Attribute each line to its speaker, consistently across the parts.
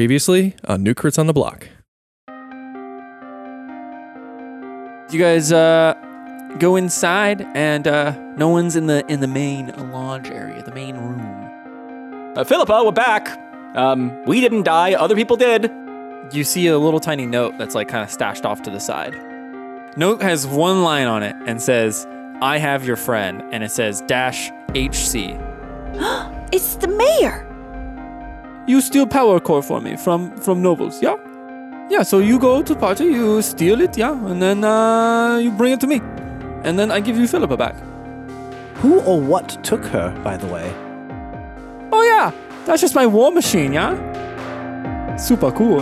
Speaker 1: Previously on New Crits on the Block.
Speaker 2: You guys uh, go inside, and uh, no one's in the in the main lounge area, the main room.
Speaker 3: Uh, Philippa, we're back. Um, we didn't die, other people did.
Speaker 2: You see a little tiny note that's like kind of stashed off to the side. Note has one line on it and says, "I have your friend," and it says dash HC.
Speaker 4: It's the mayor.
Speaker 2: You steal power core for me from from nobles, yeah. Yeah, so you go to party, you steal it, yeah, and then uh, you bring it to me, and then I give you Philippa back.
Speaker 5: Who or what took her, by the way?
Speaker 2: Oh yeah, that's just my war machine, yeah? Super cool.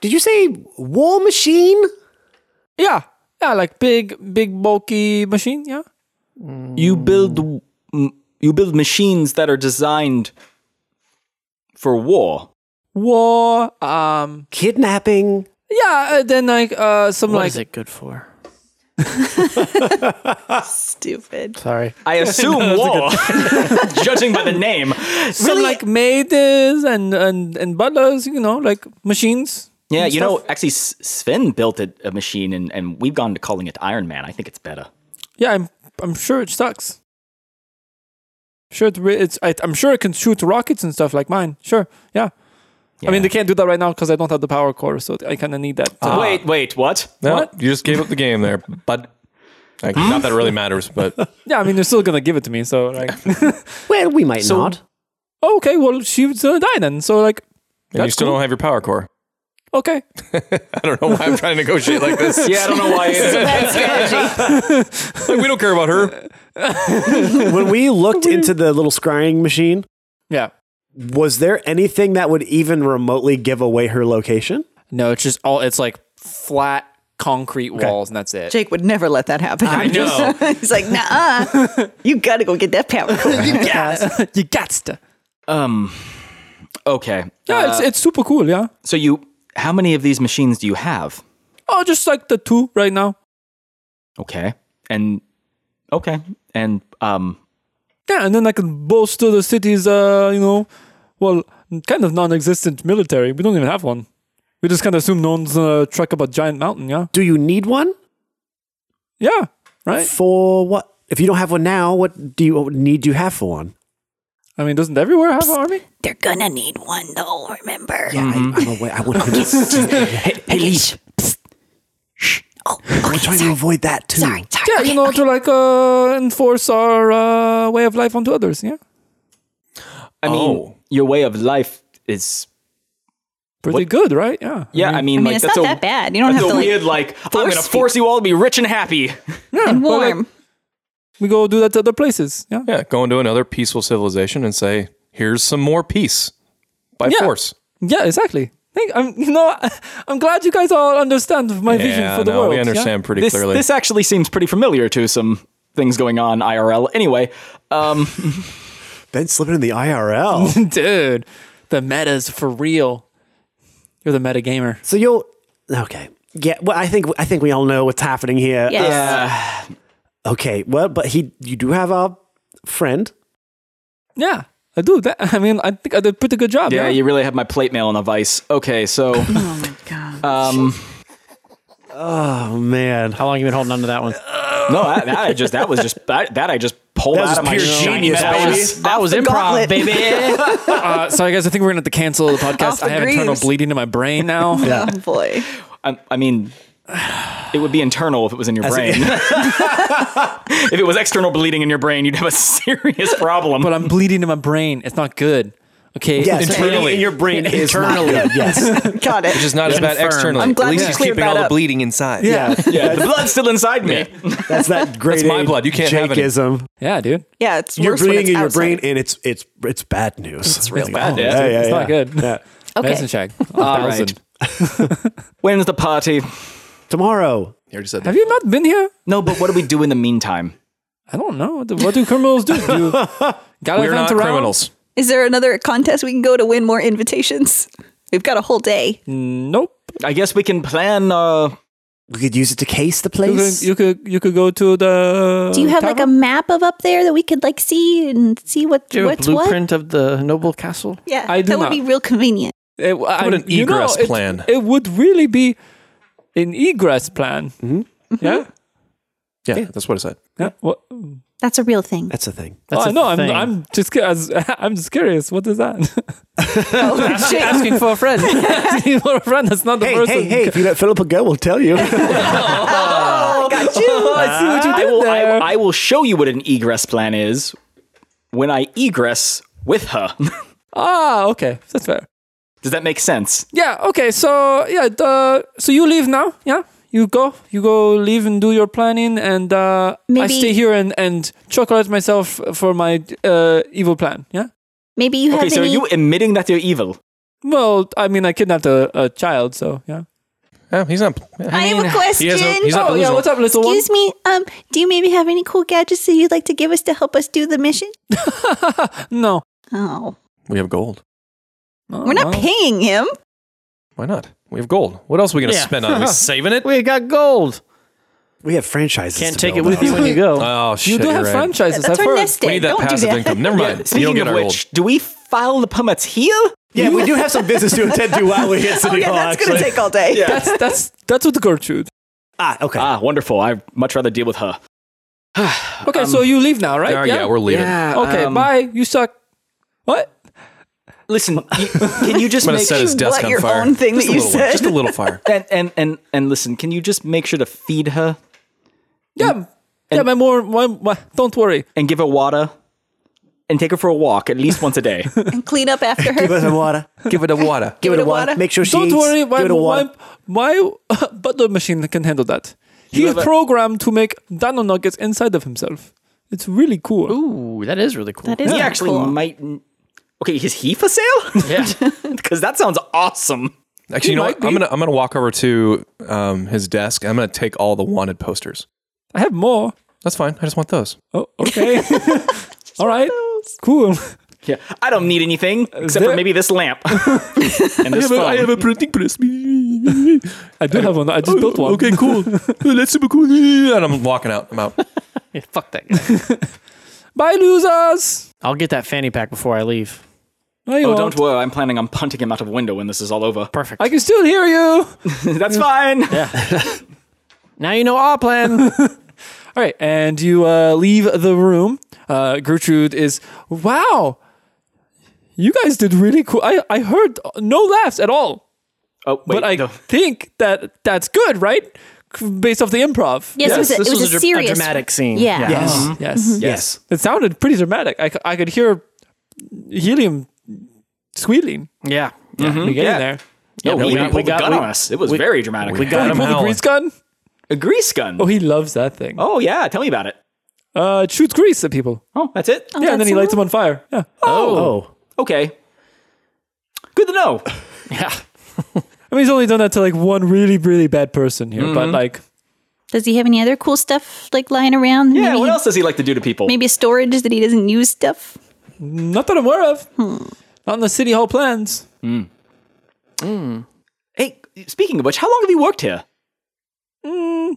Speaker 5: Did you say war machine?
Speaker 2: Yeah, yeah, like big, big bulky machine, yeah?
Speaker 3: You build m- you build machines that are designed for war.
Speaker 2: War, um,
Speaker 5: Kidnapping?
Speaker 2: yeah, uh, then like uh, some like
Speaker 6: it good for?
Speaker 4: Stupid.
Speaker 6: Sorry.
Speaker 3: I assume war, judging by the name.
Speaker 2: some like maids and, and and butlers, you know, like machines.
Speaker 3: Yeah,
Speaker 2: and
Speaker 3: you
Speaker 2: stuff.
Speaker 3: know, actually, S- Sven built a, a machine, and, and we've gone to calling it Iron Man. I think it's better.
Speaker 2: Yeah, I'm I'm sure it sucks. Sure, it, re- it's I, I'm sure it can shoot rockets and stuff like mine. Sure, yeah. I mean,
Speaker 3: Yeah.
Speaker 2: they can't do that right now because I don't have the power core, so I kind of need that.
Speaker 1: Ah.
Speaker 2: to-
Speaker 3: wait, wait, what?
Speaker 1: No,
Speaker 2: What?
Speaker 1: you just gave up the game there, bud. Like, not that it really matters, but
Speaker 2: Yeah, I mean, they're still gonna give it to me, so like,
Speaker 5: Well, we might not.
Speaker 2: okay, well, she was gonna die then. So like,
Speaker 1: and you
Speaker 2: That's
Speaker 1: still
Speaker 2: cool.
Speaker 1: don't have your power core.
Speaker 2: okay,
Speaker 1: I don't know why I'm trying to negotiate like this.
Speaker 3: Yeah, I don't know why.
Speaker 1: Like, we don't care about her.
Speaker 5: when we looked into the little scrying machine,
Speaker 2: yeah.
Speaker 5: was there anything that would even remotely give away her location?
Speaker 2: No, it's just all it's like flat concrete walls, and that's it.
Speaker 4: Jake would never let that happen. I
Speaker 2: know.
Speaker 4: He's like, nah, you gotta go get that power. cord."
Speaker 2: you got to.
Speaker 3: um, okay. Uh,
Speaker 2: Yeah, it's it's super cool. Yeah.
Speaker 3: So you, how many of these machines do you have?
Speaker 2: Oh, just like the two right now.
Speaker 3: Okay, and okay, and um,
Speaker 2: Yeah, and then I can bolster the city's, uh, you know, well, kind of non-existent military. We don't even have one. We just kind of assume no one's gonna truck up a giant mountain. Yeah.
Speaker 5: Do you need one?
Speaker 2: Yeah. Right.
Speaker 5: For what? If you don't have one now, what do you what need do you have for one?
Speaker 2: I mean, doesn't everywhere have an army?
Speaker 4: They're gonna need one though, remember?
Speaker 5: Yeah, I, I'm aware. Oh, I would I'm
Speaker 4: Hey, Leash. Oh, okay,
Speaker 5: trying
Speaker 4: sorry,
Speaker 5: to avoid that too.
Speaker 4: sorry, sorry.
Speaker 2: Yeah,
Speaker 4: okay,
Speaker 2: you know,
Speaker 4: okay.
Speaker 2: to like uh, enforce our uh, way of life onto others. Yeah.
Speaker 3: I mean,
Speaker 1: Oh.
Speaker 3: your way of life is
Speaker 2: Pretty good, right? Yeah.
Speaker 3: yeah.
Speaker 5: Mm-hmm.
Speaker 3: I mean,
Speaker 4: I mean,
Speaker 3: like
Speaker 4: it's
Speaker 3: that's
Speaker 4: not
Speaker 3: a,
Speaker 4: that bad. You don't
Speaker 3: that's
Speaker 4: have
Speaker 3: a
Speaker 4: to, like,
Speaker 3: weird like, I'm gonna
Speaker 4: force
Speaker 3: force you all to be rich and happy.
Speaker 2: Yeah.
Speaker 4: and
Speaker 2: but, like,
Speaker 4: warm.
Speaker 2: we go do that to other places. Yeah.
Speaker 1: Yeah, go into another peaceful civilization and say, here's some more peace by
Speaker 2: Yeah.
Speaker 1: force.
Speaker 2: Yeah, exactly. Thank, I'm, you know, I'm glad you guys all understand my vision
Speaker 1: Yeah,
Speaker 2: for the
Speaker 1: no,
Speaker 2: world.
Speaker 1: we
Speaker 2: yeah?
Speaker 1: understand pretty
Speaker 3: This
Speaker 1: clearly.
Speaker 3: this actually seems pretty familiar to some things going on IRL. Anyway, um,
Speaker 5: Ben slipping in the IRL.
Speaker 2: Dude, the meta's for real. You're the meta gamer.
Speaker 5: so you'll okay. Yeah, well, I think I think we all know what's happening here.
Speaker 4: Yes.
Speaker 3: uh,
Speaker 5: Okay. Well, but he, you do have a friend.
Speaker 2: Yeah, I do. That, I mean, I think I did a pretty good job.
Speaker 3: yeah,
Speaker 2: Yeah,
Speaker 3: you really have my plate mail on a vice. Okay, so
Speaker 4: Oh my god.
Speaker 3: um,
Speaker 5: Oh man.
Speaker 6: How long you been holding on to that one?
Speaker 5: Uh,
Speaker 3: no, that, that I just that was just that, that I just pulled
Speaker 5: That was
Speaker 3: out of my
Speaker 5: pure
Speaker 3: shiny
Speaker 5: genius,
Speaker 3: metal
Speaker 5: baby.
Speaker 3: ass.
Speaker 6: That was improv,
Speaker 4: gauntlet.
Speaker 6: baby.
Speaker 2: Uh, sorry, guys. I think we're gonna have to cancel the podcast.
Speaker 4: Off the
Speaker 2: I have internal
Speaker 4: greaves.
Speaker 2: bleeding in my brain now.
Speaker 4: Oh boy.
Speaker 3: I, I mean, it would be internal if it was in your brain. if it was external bleeding in your brain, you'd have a serious problem.
Speaker 2: But I'm bleeding in my brain. It's not good. Okay.
Speaker 5: Yes,
Speaker 1: Internally.
Speaker 5: in your brain is not
Speaker 1: Internally.
Speaker 5: good, Yes.
Speaker 4: Got it.
Speaker 1: Which is not as bad externally.
Speaker 4: I'm glad
Speaker 1: At least
Speaker 4: you
Speaker 1: he's
Speaker 4: cleared
Speaker 1: keeping
Speaker 4: that
Speaker 1: all the
Speaker 4: up.
Speaker 1: bleeding inside.
Speaker 5: Yeah.
Speaker 3: yeah, the blood's still inside me.
Speaker 5: That's that great.
Speaker 1: my
Speaker 5: A
Speaker 1: blood. You can't have any.
Speaker 5: Jakeism.
Speaker 2: Yeah, dude.
Speaker 4: yeah, it's
Speaker 5: You're
Speaker 4: worse when
Speaker 5: breathing
Speaker 4: it's
Speaker 5: in your
Speaker 4: outside.
Speaker 5: brain, and it's it's it's bad news. It's
Speaker 4: real
Speaker 3: bad, yeah.
Speaker 5: yeah,
Speaker 2: It's not
Speaker 5: yeah.
Speaker 2: good.
Speaker 5: Yeah.
Speaker 4: Okay.
Speaker 2: Medicine check.
Speaker 3: All right. When's the party?
Speaker 5: Tomorrow.
Speaker 1: You already said that.
Speaker 2: Have you not been here?
Speaker 3: No, but what do we do in the meantime?
Speaker 2: I don't know. What do- What do criminals do? do you
Speaker 1: We're
Speaker 2: gallivant
Speaker 1: not
Speaker 2: around?
Speaker 1: criminals.
Speaker 4: Is there another contest we can go to win more invitations? We've got a whole day.
Speaker 2: Nope.
Speaker 3: I guess we can plan. Uh,
Speaker 5: We could use it to case the
Speaker 2: You
Speaker 5: place.
Speaker 2: could, you could you could go to the.
Speaker 4: Do you have like a map of up there that we could like see and see what
Speaker 6: Do you have a
Speaker 4: what's what?
Speaker 6: blueprint of the noble castle?
Speaker 4: Yeah,
Speaker 2: I do
Speaker 4: that would
Speaker 2: not.
Speaker 4: be real convenient.
Speaker 2: It, I,
Speaker 1: an
Speaker 2: you know,
Speaker 1: egress
Speaker 2: it-
Speaker 1: plan.
Speaker 2: It would really be an egress plan.
Speaker 1: Mm-hmm.
Speaker 2: Yeah.
Speaker 4: Mm-hmm.
Speaker 1: Yeah, that's what I said.
Speaker 2: Yeah. What?
Speaker 4: That's a real thing.
Speaker 5: That's a thing.
Speaker 6: That's
Speaker 2: oh,
Speaker 6: a
Speaker 2: no, I'm
Speaker 6: thing.
Speaker 2: I'm just cu- as, I'm just curious. What is that?
Speaker 4: Oh, shit.
Speaker 6: asking for a friend.
Speaker 2: You're a friend. That's not the
Speaker 5: Hey,
Speaker 2: person.
Speaker 5: hey, hey! If you let Philippa go, we'll tell you.
Speaker 2: Oh, I see what you
Speaker 3: uh, I
Speaker 2: did
Speaker 3: will.
Speaker 2: there.
Speaker 3: I, I will show you what an egress plan is when I egress with her.
Speaker 2: ah, okay, that's fair.
Speaker 3: Does that make sense?
Speaker 2: Yeah. Okay. So yeah. The, so you leave now. Yeah. You go. You go. Leave and do your planning, and uh, I
Speaker 4: Maybe-
Speaker 2: stay here and and chocolate myself for my uh, evil plan. Yeah.
Speaker 4: Maybe you have
Speaker 3: Okay, so are
Speaker 4: any.
Speaker 3: you admitting that you're evil?
Speaker 2: Well, I mean, I kidnapped a, a child, so yeah.
Speaker 1: Yeah, he's not.
Speaker 4: I
Speaker 1: mean,
Speaker 4: have a
Speaker 1: He has no,
Speaker 4: question.
Speaker 1: he's not
Speaker 2: Oh yeah.
Speaker 1: delusional.
Speaker 2: What's up, little one?
Speaker 4: Excuse me. Um, do you maybe have any cool gadgets that you'd like to give us to help us do the mission?
Speaker 2: No.
Speaker 4: Oh,
Speaker 1: we have gold.
Speaker 2: Oh,
Speaker 4: we're not
Speaker 2: well.
Speaker 4: paying him.
Speaker 1: Why not? We have gold. What else are we going to
Speaker 6: Yeah.
Speaker 1: spend on? it? we saving it?
Speaker 6: we got gold.
Speaker 5: we have franchises.
Speaker 6: Can't
Speaker 5: to
Speaker 6: take it
Speaker 5: build
Speaker 6: with
Speaker 5: on.
Speaker 6: you when you go.
Speaker 1: Oh shit!
Speaker 2: You do
Speaker 1: you're
Speaker 2: have
Speaker 1: right.
Speaker 2: franchises.
Speaker 4: That's
Speaker 2: I've
Speaker 4: our
Speaker 2: heard.
Speaker 4: nest
Speaker 1: We need that
Speaker 4: Don't do
Speaker 1: passive
Speaker 4: that.
Speaker 1: income. Never mind. you don't
Speaker 3: Speaking
Speaker 1: get
Speaker 3: of
Speaker 1: our
Speaker 3: which, do we file the permits here?
Speaker 5: Yeah, we do have some business to attend to while we hit
Speaker 4: Oh
Speaker 5: City
Speaker 4: yeah,
Speaker 5: Hall.
Speaker 4: that's gonna
Speaker 5: actually.
Speaker 4: take all day.
Speaker 3: Yeah.
Speaker 2: That's that's that's with Gertrude.
Speaker 5: ah, okay.
Speaker 3: Ah, wonderful. I'd much rather deal with her.
Speaker 2: Okay, so you leave now, right?
Speaker 1: gold. Oh, Yeah, yeah, we're leaving.
Speaker 3: Uh,
Speaker 2: okay,
Speaker 3: um,
Speaker 2: bye. You suck. What?
Speaker 3: Listen, you- can you just
Speaker 1: I'm going to
Speaker 3: make
Speaker 1: set his desk
Speaker 4: Let
Speaker 1: on
Speaker 4: your
Speaker 1: fire.
Speaker 4: own thing
Speaker 1: just
Speaker 4: that
Speaker 1: a
Speaker 4: you
Speaker 1: little one,
Speaker 4: said.
Speaker 1: Just a little fire.
Speaker 3: and, and and and listen, can you just make sure to feed her
Speaker 2: Yeah, yeah. My more. My, my, don't worry.
Speaker 3: and give her water and take her for a walk at least once a day?
Speaker 4: And clean up after her.
Speaker 5: Give her some water.
Speaker 1: Give it a water.
Speaker 5: Give her
Speaker 4: it
Speaker 5: the
Speaker 4: a
Speaker 5: water.
Speaker 4: water.
Speaker 5: Make sure she
Speaker 2: Don't
Speaker 5: eats.
Speaker 2: worry, my,
Speaker 5: Give her the
Speaker 2: my,
Speaker 5: water.
Speaker 2: my butler machine can handle that. He is
Speaker 3: have a-
Speaker 2: programmed to make dino nuggets inside of himself. It's really cool.
Speaker 6: Ooh, that is really cool.
Speaker 4: That is
Speaker 3: he
Speaker 4: not
Speaker 3: actually
Speaker 4: cool.
Speaker 3: might. Okay, is he for sale?
Speaker 6: Yeah.
Speaker 3: Because that sounds awesome.
Speaker 1: Actually, you know what? I'm going to I'm going to walk over to um, his desk. and I'm going to take all the wanted posters.
Speaker 2: I have more.
Speaker 1: That's fine. I just want those.
Speaker 2: Oh, okay. All right. Cool.
Speaker 3: Yeah, I don't need anything except for
Speaker 2: there-
Speaker 3: maybe this lamp and this phone.
Speaker 1: a printing press.
Speaker 2: I do have one. I just built one.
Speaker 1: Okay, cool. Let's super cool. And I'm walking out. I'm out.
Speaker 6: Yeah, fuck that. guy.
Speaker 2: Bye, losers.
Speaker 6: I'll get that fanny pack before I leave.
Speaker 2: No, you
Speaker 3: oh,
Speaker 2: won't.
Speaker 3: don't worry. I'm planning on punting him out of a window when this is all over.
Speaker 6: Perfect.
Speaker 2: I can still hear you.
Speaker 3: That's fine.
Speaker 6: now you know our plan.
Speaker 2: All right, and you uh, leave the room. Uh, Gertrude is, wow, you guys did really cool. I, I heard no laughs at all,
Speaker 3: Oh, wait,
Speaker 2: but I
Speaker 3: no.
Speaker 2: think that that's good, right? C- Based off the improv.
Speaker 4: Yes, it was a,
Speaker 6: this
Speaker 4: it was a,
Speaker 6: dra-
Speaker 4: serious
Speaker 6: dramatic scene.
Speaker 4: Yeah.
Speaker 5: Yes.
Speaker 3: Uh-huh.
Speaker 2: Yes.
Speaker 4: Mm-hmm.
Speaker 5: Yes.
Speaker 2: It sounded pretty dramatic. I, c- I could hear helium squealing.
Speaker 6: Yeah. Yeah.
Speaker 2: You're getting
Speaker 3: Hmm? yeah.
Speaker 2: there.
Speaker 3: No,
Speaker 6: no,
Speaker 3: we,
Speaker 6: we
Speaker 3: got,
Speaker 6: got-
Speaker 3: pulled
Speaker 6: we
Speaker 3: the
Speaker 6: got-
Speaker 3: gun
Speaker 6: we-
Speaker 3: on us. It was
Speaker 6: we-
Speaker 3: very dramatic.
Speaker 6: We got
Speaker 2: You
Speaker 6: him.
Speaker 2: pull the
Speaker 1: howling.
Speaker 2: grease gun?
Speaker 3: a grease gun.
Speaker 2: Oh,
Speaker 3: Oh,
Speaker 2: he loves that thing.
Speaker 3: yeah. Tell me about it.
Speaker 2: Uh, it shoots grease at people.
Speaker 3: Oh, that's it.
Speaker 2: yeah, and then
Speaker 4: that's
Speaker 2: he lights
Speaker 4: all?
Speaker 2: them on fire. Yeah.
Speaker 5: Oh.
Speaker 3: Okay. Good to know.
Speaker 6: Yeah.
Speaker 2: I mean, he's only done that to like one really, really bad person here,
Speaker 3: Mm-hmm.
Speaker 2: but like,
Speaker 4: Does he have any other cool stuff like lying around?
Speaker 3: Yeah.
Speaker 4: maybe,
Speaker 3: What else does he like to do to people?
Speaker 4: Maybe storage that he doesn't use stuff.
Speaker 2: Not that I'm aware of.
Speaker 1: Hmm.
Speaker 2: Not in the city hall plans.
Speaker 3: Hey, speaking of which, how long have you worked here?
Speaker 2: Hmm.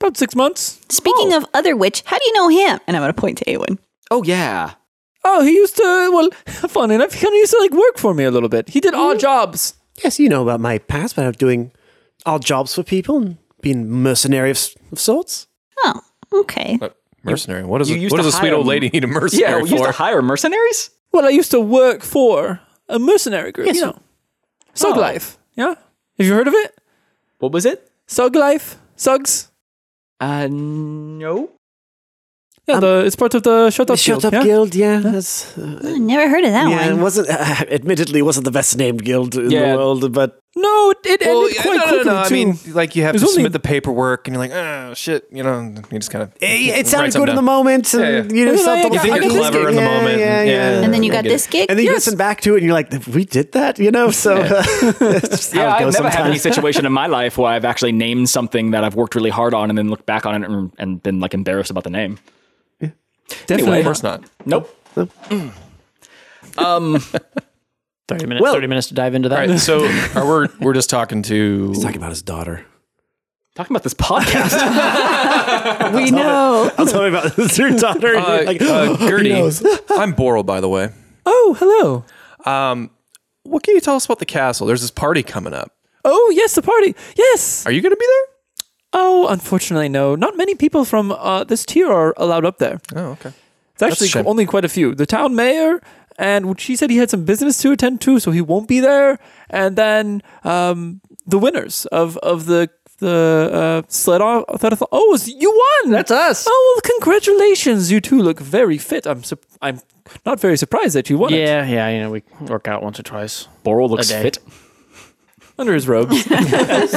Speaker 2: About six months.
Speaker 4: Speaking
Speaker 2: Oh.
Speaker 4: of other witch, how do you know him? And I'm gonna point to Awen.
Speaker 3: Oh yeah.
Speaker 2: Oh, he used to. Well, funny enough, he kind of used to like work for me a little bit. He did odd
Speaker 1: Hmm.
Speaker 2: jobs.
Speaker 5: Yes, you know about my past, but I'm doing odd jobs for people and being mercenary of, s- of sorts.
Speaker 4: Oh, okay.
Speaker 1: Mercenary. What is
Speaker 3: You
Speaker 1: a,
Speaker 3: used
Speaker 1: what
Speaker 3: to
Speaker 1: does a sweet
Speaker 3: hire
Speaker 1: old
Speaker 3: him.
Speaker 1: lady need a
Speaker 3: Yeah.
Speaker 1: mercenary
Speaker 3: We used
Speaker 1: for?
Speaker 3: to hire mercenaries.
Speaker 2: Well, I used to work for a mercenary group. you know, Sug
Speaker 3: Oh.
Speaker 2: Life. Yeah, have you heard of it?
Speaker 3: What was it?
Speaker 2: Sug Life. Sugs.
Speaker 3: Uh, no.
Speaker 1: Um,
Speaker 2: Yeah, the, it's part of the Shut Up
Speaker 5: Shut
Speaker 2: Guild,
Speaker 5: up,
Speaker 2: yeah?
Speaker 5: guild. Yeah, that's, uh,
Speaker 4: I never heard of that
Speaker 5: yeah. It
Speaker 4: one.
Speaker 5: wasn't. Uh, admittedly, it wasn't the best named guild in
Speaker 3: Yeah.
Speaker 5: the world, but
Speaker 2: No, it, it ended
Speaker 1: Well, Oh, yeah,
Speaker 2: quite
Speaker 1: no, no, no,
Speaker 2: quickly
Speaker 1: no, I
Speaker 2: too.
Speaker 1: mean, like you have
Speaker 2: There's
Speaker 1: to
Speaker 2: only-
Speaker 1: submit the paperwork, and you're like, oh shit, you know, and you just kind of.
Speaker 5: It, it
Speaker 1: write
Speaker 5: sounded
Speaker 1: something
Speaker 5: good in the
Speaker 1: down.
Speaker 5: moment. And,
Speaker 1: Yeah, yeah.
Speaker 5: You know,
Speaker 2: You know,
Speaker 5: something-
Speaker 2: I
Speaker 1: You think
Speaker 2: got
Speaker 1: you're
Speaker 2: this
Speaker 1: clever
Speaker 5: gig.
Speaker 1: in the
Speaker 5: Yeah,
Speaker 1: moment.
Speaker 5: yeah, yeah.
Speaker 4: And then you
Speaker 1: I
Speaker 4: got
Speaker 1: get it.
Speaker 4: this gig.
Speaker 5: And then you listen back to it and you're like, we did that, you know? So that's how
Speaker 3: Yeah,
Speaker 5: it
Speaker 3: I've never
Speaker 5: goes
Speaker 3: had any
Speaker 5: sometimes.
Speaker 3: situation in my life where I've actually named something that I've worked really hard on and then looked back on it and, and been like embarrassed about the name.
Speaker 2: Definitely.
Speaker 1: Of course not.
Speaker 3: Nope. Mm. Um,
Speaker 6: 30 minutes, 30 minutes to dive into
Speaker 1: All
Speaker 6: that.
Speaker 1: right, so are we're we're just talking to.
Speaker 5: Talking about his daughter.
Speaker 3: Talking about this podcast.
Speaker 4: we know.
Speaker 5: I'll tell me about this, your daughter. and
Speaker 1: Uh,
Speaker 5: you're like,
Speaker 1: uh, Gertie,
Speaker 5: knows.
Speaker 1: I'm Boral, by the way. Um,
Speaker 2: Oh, hello.
Speaker 1: What can you tell us about the castle? There's this party coming up.
Speaker 2: Oh, yes, the party. Yes.
Speaker 1: Are you going to be there?
Speaker 2: Oh, unfortunately, no. Not many people from uh, this tier are allowed up there.
Speaker 1: Oh, okay.
Speaker 2: It's actually
Speaker 1: shame.
Speaker 2: only quite a few. The town mayor, and she said he had some business to attend to, so he won't be there. And then um, the winners of of the the uh, sled off. Oh, it's- you won!
Speaker 6: That's us.
Speaker 2: Oh, well, congratulations! You two look very fit. I'm sup- I'm not very surprised that you won. it.
Speaker 6: Yeah, yeah, you know, we work out once or twice.
Speaker 3: Boral looks
Speaker 6: A day.
Speaker 3: fit.
Speaker 2: under his robes.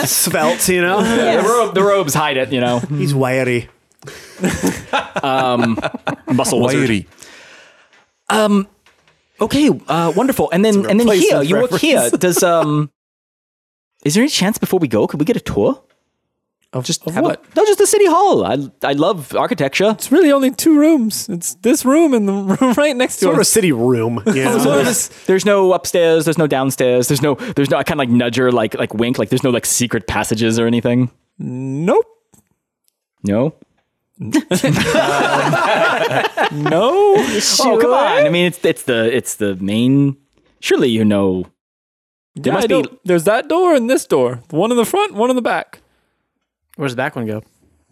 Speaker 5: svelte, you know?
Speaker 3: The, robe, the robes hide it, you know. Um,
Speaker 5: He's wiry.
Speaker 3: Muscle wizard.
Speaker 1: Lady.
Speaker 3: um, Okay, uh, wonderful. And then and then here,
Speaker 5: replacement
Speaker 3: you work here. Does um, is there any chance before we go, could we get a tour?
Speaker 2: of just
Speaker 3: How about- no, just the city hall. I I love architecture.
Speaker 2: It's really only two rooms. It's this room and the room right next to
Speaker 5: Sort of a
Speaker 2: us.
Speaker 5: city room. You know?
Speaker 2: Sort of this-
Speaker 3: There's no upstairs. There's no downstairs. There's no there's no. I kind of like nudge her like like wink. Like there's no like secret passages or anything.
Speaker 2: Nope.
Speaker 3: No.
Speaker 2: No.
Speaker 3: Oh come on. I mean it's it's the it's the main. Surely you know.
Speaker 2: Yeah,
Speaker 3: must
Speaker 2: I
Speaker 3: be-
Speaker 2: don't- There's that door and this door. One in the front, one in the back.
Speaker 6: Where's the back one go?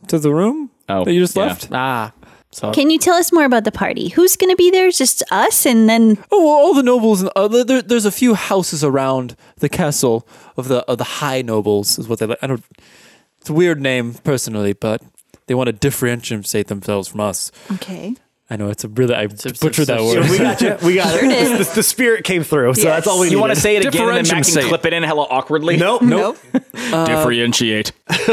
Speaker 2: To the room
Speaker 3: Oh,
Speaker 2: that you just
Speaker 3: yeah.
Speaker 2: left.
Speaker 6: Ah, so
Speaker 4: Can you tell us more about the party? Who's going to be there? Just us, and then
Speaker 2: Oh, well, all the nobles and uh, there, there's a few houses around the castle of the of the high nobles is what they like. I don't. It's a weird name personally, but they want to differentiate themselves from us.
Speaker 4: okay.
Speaker 2: I know it's a really I butchered that
Speaker 5: So
Speaker 2: word.
Speaker 5: we got you. We got it. The, the spirit came through, so that's all we need.
Speaker 3: You want to say it again and then Mac
Speaker 1: Differentiate.
Speaker 3: can clip it in hella awkwardly?
Speaker 5: Nope, nope.
Speaker 3: Differentiate.
Speaker 2: Uh,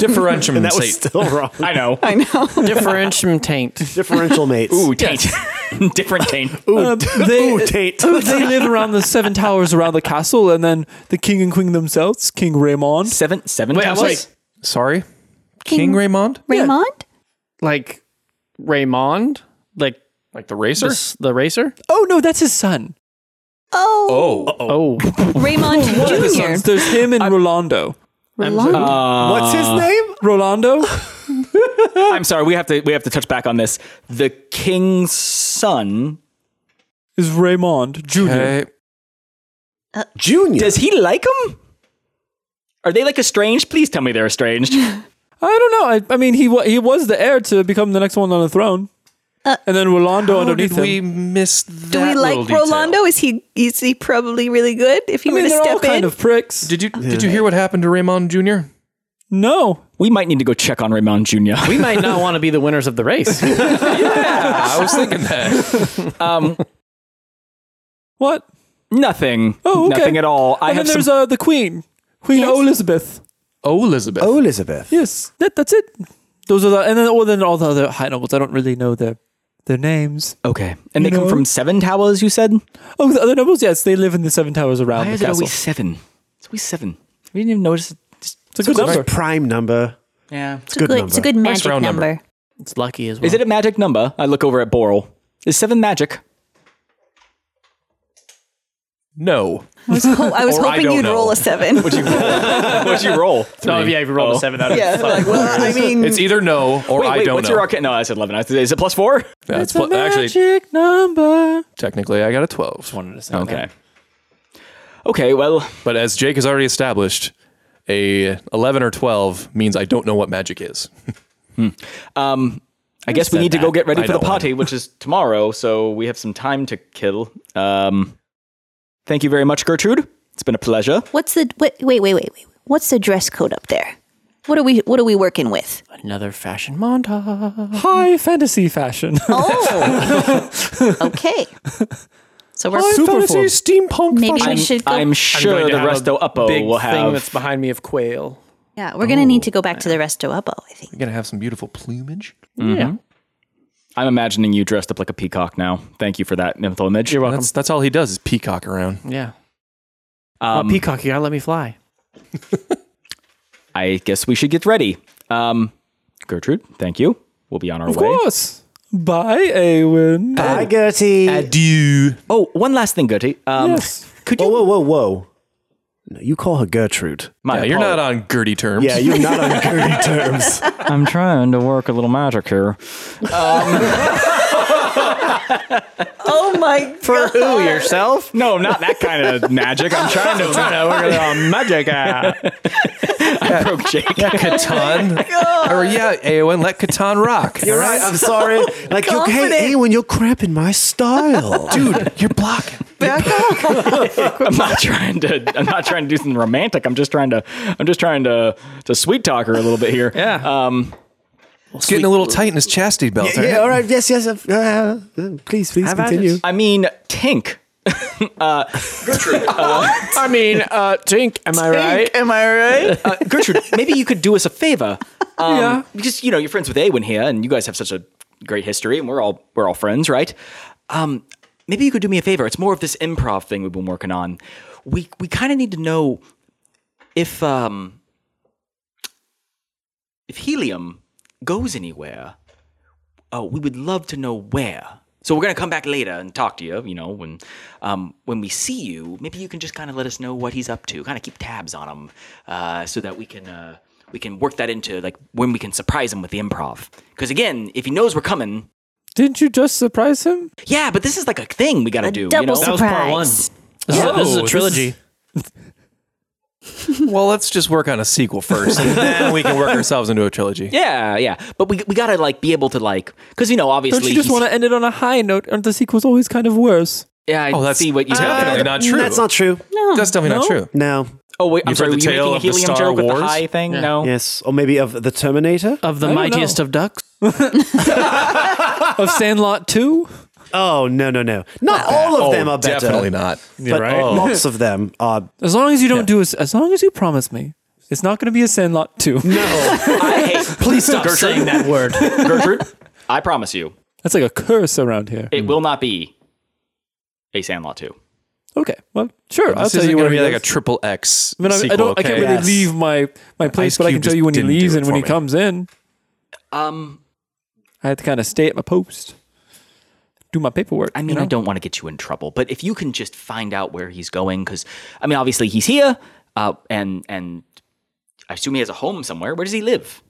Speaker 1: Differentium.
Speaker 5: That was still wrong.
Speaker 3: Mm, I know.
Speaker 4: I know.
Speaker 6: differentium taint.
Speaker 5: Differential mates.
Speaker 3: Ooh, taint. Different taint.
Speaker 2: Uh, they,
Speaker 5: Ooh, Tate.
Speaker 2: they live around the seven towers around the castle, and then the king and queen themselves, King Raymond.
Speaker 3: Seven seven
Speaker 6: Wait, I
Speaker 3: times.
Speaker 6: was like,
Speaker 1: Sorry, King,
Speaker 4: King-
Speaker 1: Raymond,
Speaker 4: Raymond?
Speaker 6: like Raymond, like
Speaker 1: like the racer.
Speaker 6: the, s- the racer.
Speaker 2: Oh no, that's his son.
Speaker 4: Oh,
Speaker 1: oh,
Speaker 6: Oh,
Speaker 4: Raymond Junior.
Speaker 2: There's him and Rolando.
Speaker 4: Raymond.
Speaker 1: Uh,
Speaker 5: What's his
Speaker 3: uh,
Speaker 5: name?
Speaker 2: Rolando.
Speaker 3: I'm sorry. We have to we have to touch back on this. The king's son.
Speaker 2: is Raymond Jr.
Speaker 1: okay.
Speaker 5: Junior.
Speaker 3: Does he like him? Are they like estranged? Please tell me they're estranged.
Speaker 2: I don't know. I, I mean, he wa- he was the heir to become the next one on the throne,
Speaker 4: Uh,
Speaker 2: and then Rolando
Speaker 1: How Oh, did
Speaker 2: underneath
Speaker 1: we
Speaker 2: him.
Speaker 1: miss that
Speaker 4: Do we
Speaker 1: little
Speaker 4: like
Speaker 1: detail?
Speaker 4: Rolando? Is he is he probably really good? If he
Speaker 2: I
Speaker 4: were
Speaker 2: mean,
Speaker 4: to
Speaker 2: they're all
Speaker 4: step in,
Speaker 2: kind of pricks.
Speaker 1: Did you did you hear what happened to Raymond Jr.?
Speaker 2: no,
Speaker 3: We might need to go check on Raymond Jr.
Speaker 6: we might not want to be the winners of the race.
Speaker 1: I was thinking that.
Speaker 3: um,
Speaker 2: what?
Speaker 3: nothing.
Speaker 2: Oh, okay.
Speaker 3: Nothing at all. I
Speaker 2: and
Speaker 3: have
Speaker 2: then
Speaker 3: some.
Speaker 2: there's uh, the Queen, Queen Elizabeth.
Speaker 1: Oh, Elizabeth.
Speaker 5: Oh, Elizabeth.
Speaker 2: Yes, that, that's it. Those are the and then well, then all the other high nobles. I don't really know their their names.
Speaker 3: okay. And they
Speaker 2: You
Speaker 3: come
Speaker 2: know?
Speaker 3: from Seven Towers. You said.
Speaker 2: Oh, the other nobles. Yes, they live in the seven towers around
Speaker 3: Why
Speaker 2: the
Speaker 3: is it
Speaker 2: castle.
Speaker 3: always seven? It's always seven. We didn't even notice. it. Just,
Speaker 2: It's a good
Speaker 5: It's
Speaker 2: number.
Speaker 5: a prime number.
Speaker 3: yeah.
Speaker 4: it's a good, it's a good
Speaker 1: Nice
Speaker 4: magic
Speaker 1: round number.
Speaker 4: number.
Speaker 6: it's lucky as well.
Speaker 3: Is it a magic number? I look over at Boral. Is seven magic?
Speaker 1: No.
Speaker 4: I was, ho- Oh, I was
Speaker 1: Or I
Speaker 4: hoping
Speaker 1: don't
Speaker 4: you'd
Speaker 1: know.
Speaker 4: roll a seven.
Speaker 3: What'd you roll? What'd you roll?
Speaker 6: No, yeah, if you rolled
Speaker 3: Oh.
Speaker 6: a seven out of
Speaker 4: yeah, like,
Speaker 3: Uh,
Speaker 4: well, I mean,
Speaker 1: It's either no or
Speaker 3: Wait,
Speaker 1: I
Speaker 3: wait,
Speaker 1: don't
Speaker 3: what's
Speaker 1: know.
Speaker 3: your arcana? No, I said eleven. I said, is it plus four?
Speaker 2: it's
Speaker 1: That's
Speaker 2: a
Speaker 1: pl- actually
Speaker 2: magic number.
Speaker 1: technically I got a twelve.
Speaker 6: wanted to say
Speaker 3: Okay. Okay. Well,
Speaker 1: But as Jake has already established, a eleven or twelve means I don't know what magic is.
Speaker 3: um, I guess we
Speaker 6: said
Speaker 3: need to go
Speaker 6: that.
Speaker 3: get ready
Speaker 1: I
Speaker 3: for the
Speaker 1: don't want
Speaker 3: party, which is tomorrow. So we have some time to kill. Um, thank you very much, Gertrude. It's been a pleasure.
Speaker 4: what's the wait, wait, wait, wait, wait? What's the dress code up there? What are we What are we working with?
Speaker 6: Another fashion montage.
Speaker 2: High fantasy fashion.
Speaker 4: Oh, okay. So we're
Speaker 1: fantasy steampunk.
Speaker 4: maybe
Speaker 1: fucking-
Speaker 3: I'm,
Speaker 4: we should go.
Speaker 3: I'm sure the resto uppo
Speaker 6: big
Speaker 3: will
Speaker 6: thing
Speaker 3: have.
Speaker 6: that's behind me of quail.
Speaker 4: yeah, we're gonna need to go back to the resto uppo. I think.
Speaker 1: You're gonna have some beautiful plumage.
Speaker 3: Mm-hmm. I'm imagining you dressed up like a peacock now. Thank you for that mental image. You're
Speaker 1: That's that's all he does is peacock around.
Speaker 6: Yeah.
Speaker 3: Um,
Speaker 6: oh, peacock, you gotta let me fly.
Speaker 3: I guess we should get ready. Um, Gertrude, thank you. We'll be on our
Speaker 2: Of
Speaker 3: way.
Speaker 2: course. Bye, Awen.
Speaker 5: Hi, Gertie.
Speaker 1: Adieu.
Speaker 3: Oh, one last thing, Gertie. Um,
Speaker 2: yes.
Speaker 3: Could
Speaker 5: whoa,
Speaker 3: you?
Speaker 5: Oh, whoa, whoa, whoa. No, you call her Gertrude.
Speaker 3: My
Speaker 1: Yeah, you're
Speaker 3: apologies.
Speaker 1: not on Gertie terms.
Speaker 5: Yeah, you're not on Gertie terms.
Speaker 3: I'm trying to work a little magic here.
Speaker 4: Oh my
Speaker 6: For who? Yourself?
Speaker 3: No, not that kind of magic. I'm trying to trying to work a little magic. I broke Jake.
Speaker 1: Catan. or yeah, Aowen, let Catan rock.
Speaker 5: You're right. I'm sorry. Like, you, hey, Ewan, you're crapping my style.
Speaker 1: dude. You're blocking.
Speaker 3: I'm not trying to. I'm not trying to do something romantic. I'm just trying to. I'm just trying to to sweet talk her a little bit here.
Speaker 6: Yeah.
Speaker 3: Um,
Speaker 1: It's getting a little tight in his chastity belt.
Speaker 5: yeah, yeah, all right. Yes, yes. uh, uh, please, please
Speaker 6: Have at
Speaker 5: continue.
Speaker 6: it.
Speaker 3: I mean, Tink.
Speaker 6: I mean, uh, Tink, am I right?
Speaker 4: Am I right?
Speaker 3: Uh, Gertrude, maybe you could do us a favor. Um,
Speaker 2: Yeah.
Speaker 3: Because you know you're friends with Awen here, and you guys have such a great history, and we're all we're all friends, right? Um, maybe you could do me a favor. It's more of this improv thing we've been working on. We we kind of need to know if um if helium goes anywhere. Oh, we would love to know where. So we're gonna come back later and talk to you. You know, when um, when we see you, maybe you can just kind of let us know what he's up to. Kind of keep tabs on him, uh, so that we can uh, we can work that into like when we can surprise him with the improv. Because again, if he knows we're coming,
Speaker 2: Didn't you just surprise him?
Speaker 3: yeah. But this is like a thing we gotta
Speaker 4: A
Speaker 3: do.
Speaker 4: double
Speaker 3: you know?
Speaker 4: surprise.
Speaker 6: This, is a, Oh, this is a trilogy.
Speaker 1: Well, let's just work on a sequel first, and then we can work ourselves into a trilogy.
Speaker 3: Yeah, yeah. But we we gotta like be able to like because you know obviously
Speaker 2: Don't you just
Speaker 3: he's-
Speaker 2: want to end it on a high note? Aren't the sequels always kind of worse?
Speaker 3: yeah. I
Speaker 1: Oh, that's
Speaker 3: see what you
Speaker 1: definitely not true.
Speaker 5: That's not true.
Speaker 1: That's definitely
Speaker 2: No?
Speaker 1: not true.
Speaker 5: No.
Speaker 3: Oh wait, I'm
Speaker 1: You've
Speaker 3: sorry.
Speaker 1: heard
Speaker 3: Were
Speaker 1: the
Speaker 3: you making a
Speaker 1: tale of the
Speaker 3: helium
Speaker 1: Star
Speaker 3: joke with
Speaker 1: Wars?
Speaker 3: the high thing? No.
Speaker 5: Yes, or maybe of the Terminator.
Speaker 6: Of the
Speaker 2: don't
Speaker 6: mightiest
Speaker 2: know.
Speaker 6: of ducks.
Speaker 2: Of Sandlot 2?
Speaker 5: Oh no, no, no! Not all of them are better.
Speaker 1: Oh, Definitely not.
Speaker 5: But lots of them are.
Speaker 2: As long as you don't do as, as long as you promise me, it's not going to be a Sandlot 2.
Speaker 3: I hate. Please stop saying that word, Gertrude. I promise you,
Speaker 2: That's like a curse around here.
Speaker 3: it will not be a Sandlot two.
Speaker 2: Okay, well, sure. I'll
Speaker 1: This
Speaker 2: tell
Speaker 1: isn't
Speaker 2: you
Speaker 1: going
Speaker 2: what
Speaker 1: to be
Speaker 2: it
Speaker 1: like a
Speaker 2: is.
Speaker 1: triple X.
Speaker 2: I mean, I, I
Speaker 1: sequel,
Speaker 2: don't. I
Speaker 1: okay?
Speaker 2: can't really
Speaker 5: Yes.
Speaker 2: leave my my place,
Speaker 1: Ice
Speaker 2: but I
Speaker 1: Cube
Speaker 2: can tell
Speaker 1: just
Speaker 2: you when he
Speaker 1: didn't do
Speaker 2: leaves
Speaker 1: it
Speaker 2: and when
Speaker 1: for
Speaker 2: he
Speaker 1: me.
Speaker 2: comes in.
Speaker 3: Um,
Speaker 2: I had to kind of stay at my post, do my paperwork.
Speaker 3: I
Speaker 2: you
Speaker 3: mean, I
Speaker 2: know?
Speaker 3: don't want to get you in trouble, but if you can just find out where he's going, because I mean, obviously he's here, uh, and and I assume he has a home somewhere. Where does he live?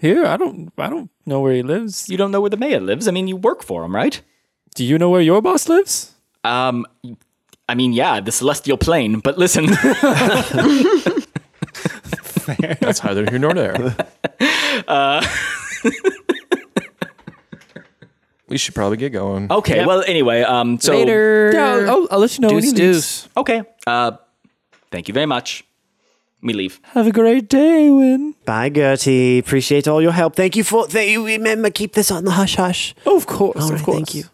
Speaker 2: Here, I don't. I don't know where he lives.
Speaker 3: You don't know where the mayor lives. I mean, you work for him, right?
Speaker 2: Do you know where your boss lives?
Speaker 3: Um, I mean, yeah, the celestial plane. But listen,
Speaker 1: That's neither here nor there. we should probably get going.
Speaker 3: okay. Well, anyway, um, so
Speaker 6: Later.
Speaker 2: Yeah, I'll, I'll, I'll let you know when he
Speaker 6: Deuce,
Speaker 2: leaves.
Speaker 6: deuce.
Speaker 3: okay. Uh, thank you very much. We leave.
Speaker 2: Have a great day, Win.
Speaker 5: Bye, Gertie. Appreciate all your help. Thank you for. Thank you. Remember, keep this on the hush hush.
Speaker 2: Oh, Of course,
Speaker 5: All
Speaker 2: of
Speaker 5: right,
Speaker 2: course.
Speaker 5: thank you.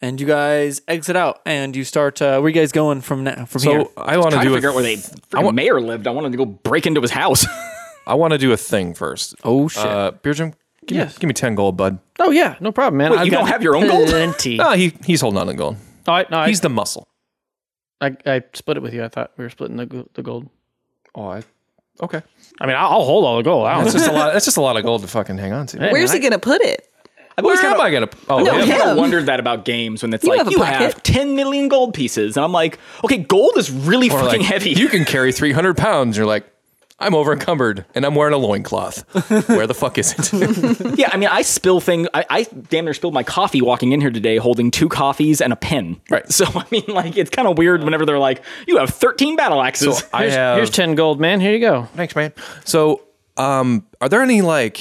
Speaker 2: And you guys exit out, and you start. Uh, where you guys going from now? From
Speaker 1: So
Speaker 2: here?
Speaker 1: I want to
Speaker 3: Trying
Speaker 1: do
Speaker 3: to
Speaker 1: a-
Speaker 3: figure out where the freaking mayor lived. I wanted to go break into his house.
Speaker 1: I want to do a thing first.
Speaker 2: Oh shit!
Speaker 1: Uh, Beerjum, give,
Speaker 6: Yes.
Speaker 1: me, give me ten gold, bud.
Speaker 6: Oh yeah, no problem, man.
Speaker 3: Wait,
Speaker 6: I've
Speaker 3: you don't
Speaker 6: got
Speaker 3: have your own gold?
Speaker 6: Plenty.
Speaker 1: No, he he's holding on to the gold.
Speaker 6: All right, no, I,
Speaker 1: He's the muscle.
Speaker 6: I, I split it with you. I thought we were splitting the, go- the gold.
Speaker 1: Oh, I, okay.
Speaker 6: I mean, I'll I'll hold all the gold. I
Speaker 1: That's
Speaker 6: don't
Speaker 1: just a lot. That's just a lot of gold to fucking hang on to.
Speaker 6: Hey,
Speaker 4: Where's he
Speaker 6: man,
Speaker 4: gonna put it?
Speaker 3: I've
Speaker 1: Where
Speaker 3: always
Speaker 1: am
Speaker 3: kinda-
Speaker 1: I gonna? Oh,
Speaker 4: No,
Speaker 1: yeah.
Speaker 3: I've kind
Speaker 4: him.
Speaker 3: of wondered that about games when it's
Speaker 4: You
Speaker 3: like
Speaker 4: have a
Speaker 3: you
Speaker 4: pocket.
Speaker 3: have 10 million gold pieces. And I'm like, okay, gold is really
Speaker 1: Or
Speaker 3: fucking
Speaker 1: like,
Speaker 3: heavy.
Speaker 1: You can carry 300 pounds. You're like, I'm over encumbered and I'm wearing a loincloth. Where the fuck is it?
Speaker 3: yeah, I mean, I spill thing. I, I damn near spilled my coffee walking in here today holding two coffees and a pen.
Speaker 1: Right.
Speaker 3: So, I mean, like, it's kind of weird whenever they're like, you have 13 battle
Speaker 1: so
Speaker 3: axes.
Speaker 1: I
Speaker 6: Here's,
Speaker 1: have.
Speaker 6: here's ten gold, man. Here you go.
Speaker 1: thanks, man. So, um, are there any like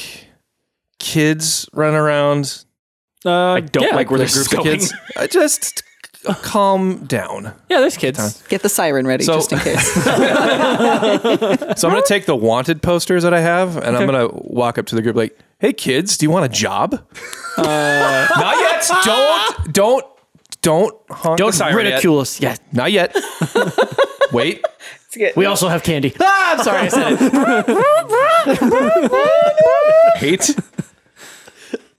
Speaker 1: kids running around?
Speaker 2: Uh,
Speaker 3: I don't
Speaker 2: yeah,
Speaker 3: like where
Speaker 1: Like
Speaker 3: this is
Speaker 1: groups
Speaker 3: going.
Speaker 1: of kids? Uh, just calm down.
Speaker 2: yeah, there's kids.
Speaker 4: Get the siren ready
Speaker 1: So-
Speaker 4: just in case.
Speaker 1: So I'm gonna take the wanted posters that I have, and I'm gonna walk up to the group like,
Speaker 2: Uh,
Speaker 1: "Hey kids, do you want a job?" Not yet. Don't don't Don't honk
Speaker 6: Don't
Speaker 1: the siren yet.
Speaker 6: ridicule us. Yes.
Speaker 1: Not yet. Wait.
Speaker 6: We also have candy. Ah, I'm sorry, I said it.
Speaker 1: Eight.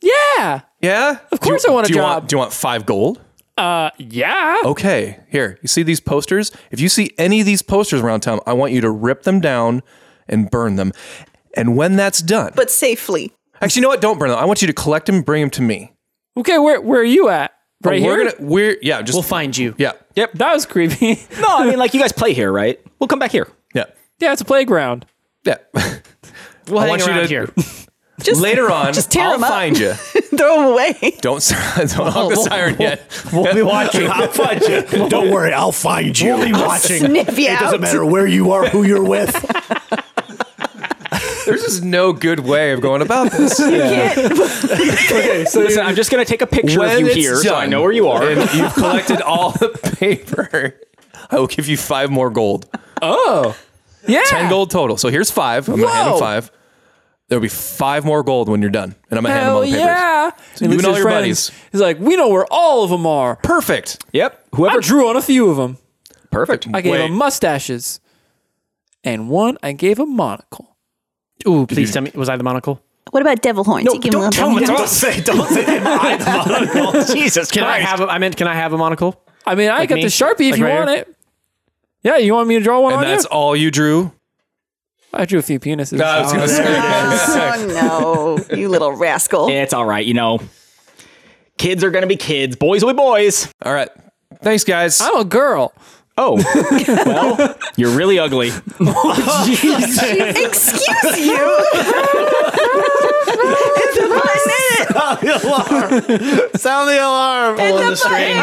Speaker 2: Yeah.
Speaker 1: Yeah. Of
Speaker 2: course I want a
Speaker 1: do you
Speaker 2: job.
Speaker 1: Want, do you want five gold?
Speaker 2: Uh, yeah.
Speaker 1: Okay. Here. You see these posters? If you see any of these posters around town, I want you to rip them down and burn them. And when that's done,
Speaker 4: but safely.
Speaker 1: actually, you know what? Don't burn them. I want you to collect them and bring them to me.
Speaker 2: Okay, where where are you at? Right
Speaker 1: we're
Speaker 2: here.
Speaker 1: Gonna, we're yeah. Just
Speaker 6: We'll find you.
Speaker 1: yeah.
Speaker 2: Yep. That was creepy.
Speaker 3: No, I mean like you guys play here, right? We'll come back here.
Speaker 1: Yeah.
Speaker 2: yeah, it's a playground.
Speaker 1: Yeah.
Speaker 6: We'll hang
Speaker 1: want you
Speaker 6: around
Speaker 1: to-
Speaker 6: here.
Speaker 4: Just
Speaker 1: Later on,
Speaker 4: just tear
Speaker 1: I'll
Speaker 4: 'em up.
Speaker 1: find you.
Speaker 4: throw them away.
Speaker 1: Don't s- don't honk the siren yet.
Speaker 5: We'll be watching. I'll find you. Don't worry, I'll find you. We'll be watching.
Speaker 4: sniff you
Speaker 5: it
Speaker 4: out.
Speaker 5: doesn't matter where you are, who you're with.
Speaker 1: There's just no good way of going about this.
Speaker 3: Okay, so listen, I'm just gonna take a picture
Speaker 1: When
Speaker 3: of you
Speaker 1: it's
Speaker 3: here, so I
Speaker 1: done
Speaker 3: know where you are.
Speaker 1: And you've collected all the paper. I will give you five more gold.
Speaker 2: Yeah.
Speaker 1: Ten gold total. So here's five. I'm gonna hand him
Speaker 2: Whoa.
Speaker 1: five. There'll be five more gold when you're done, and I'm gonna hand him all
Speaker 2: Hell
Speaker 1: the papers.
Speaker 2: yeah.
Speaker 1: you
Speaker 2: looks
Speaker 1: and all
Speaker 2: at his
Speaker 1: your buddies.
Speaker 2: He's like, we know where all of them are.
Speaker 1: Perfect.
Speaker 3: Yep.
Speaker 2: I
Speaker 3: Whoever
Speaker 2: drew on a few of them.
Speaker 3: perfect.
Speaker 2: I gave
Speaker 1: Wait.
Speaker 2: him mustaches, and one I gave him monocle.
Speaker 6: Ooh, please tell me. Was I the monocle?
Speaker 4: What about devil horns?
Speaker 3: No,
Speaker 4: You give 'em
Speaker 3: don't
Speaker 4: a
Speaker 3: tell
Speaker 4: little-
Speaker 3: me. Don't say. Don't say. Jesus
Speaker 6: Can I
Speaker 3: Christ.
Speaker 6: have? A, I meant, can I have a monocle?
Speaker 2: I mean, I got
Speaker 6: me?
Speaker 2: the sharpie if
Speaker 6: Like
Speaker 2: you
Speaker 6: right
Speaker 2: want
Speaker 6: here?
Speaker 2: it. Yeah, you want me to draw one
Speaker 1: And
Speaker 2: on
Speaker 1: that's
Speaker 2: you?
Speaker 1: all you drew.
Speaker 2: I drew a few penises.
Speaker 1: I was gonna say.
Speaker 4: Oh no, you little rascal!
Speaker 3: It's all right, you know. Kids are gonna be kids. Boys will be boys.
Speaker 1: all right. Thanks, guys.
Speaker 2: I'm a girl.
Speaker 3: Oh, well, you're really ugly.
Speaker 4: Excuse you. It's a minute.
Speaker 5: Sound the alarm.
Speaker 6: the string.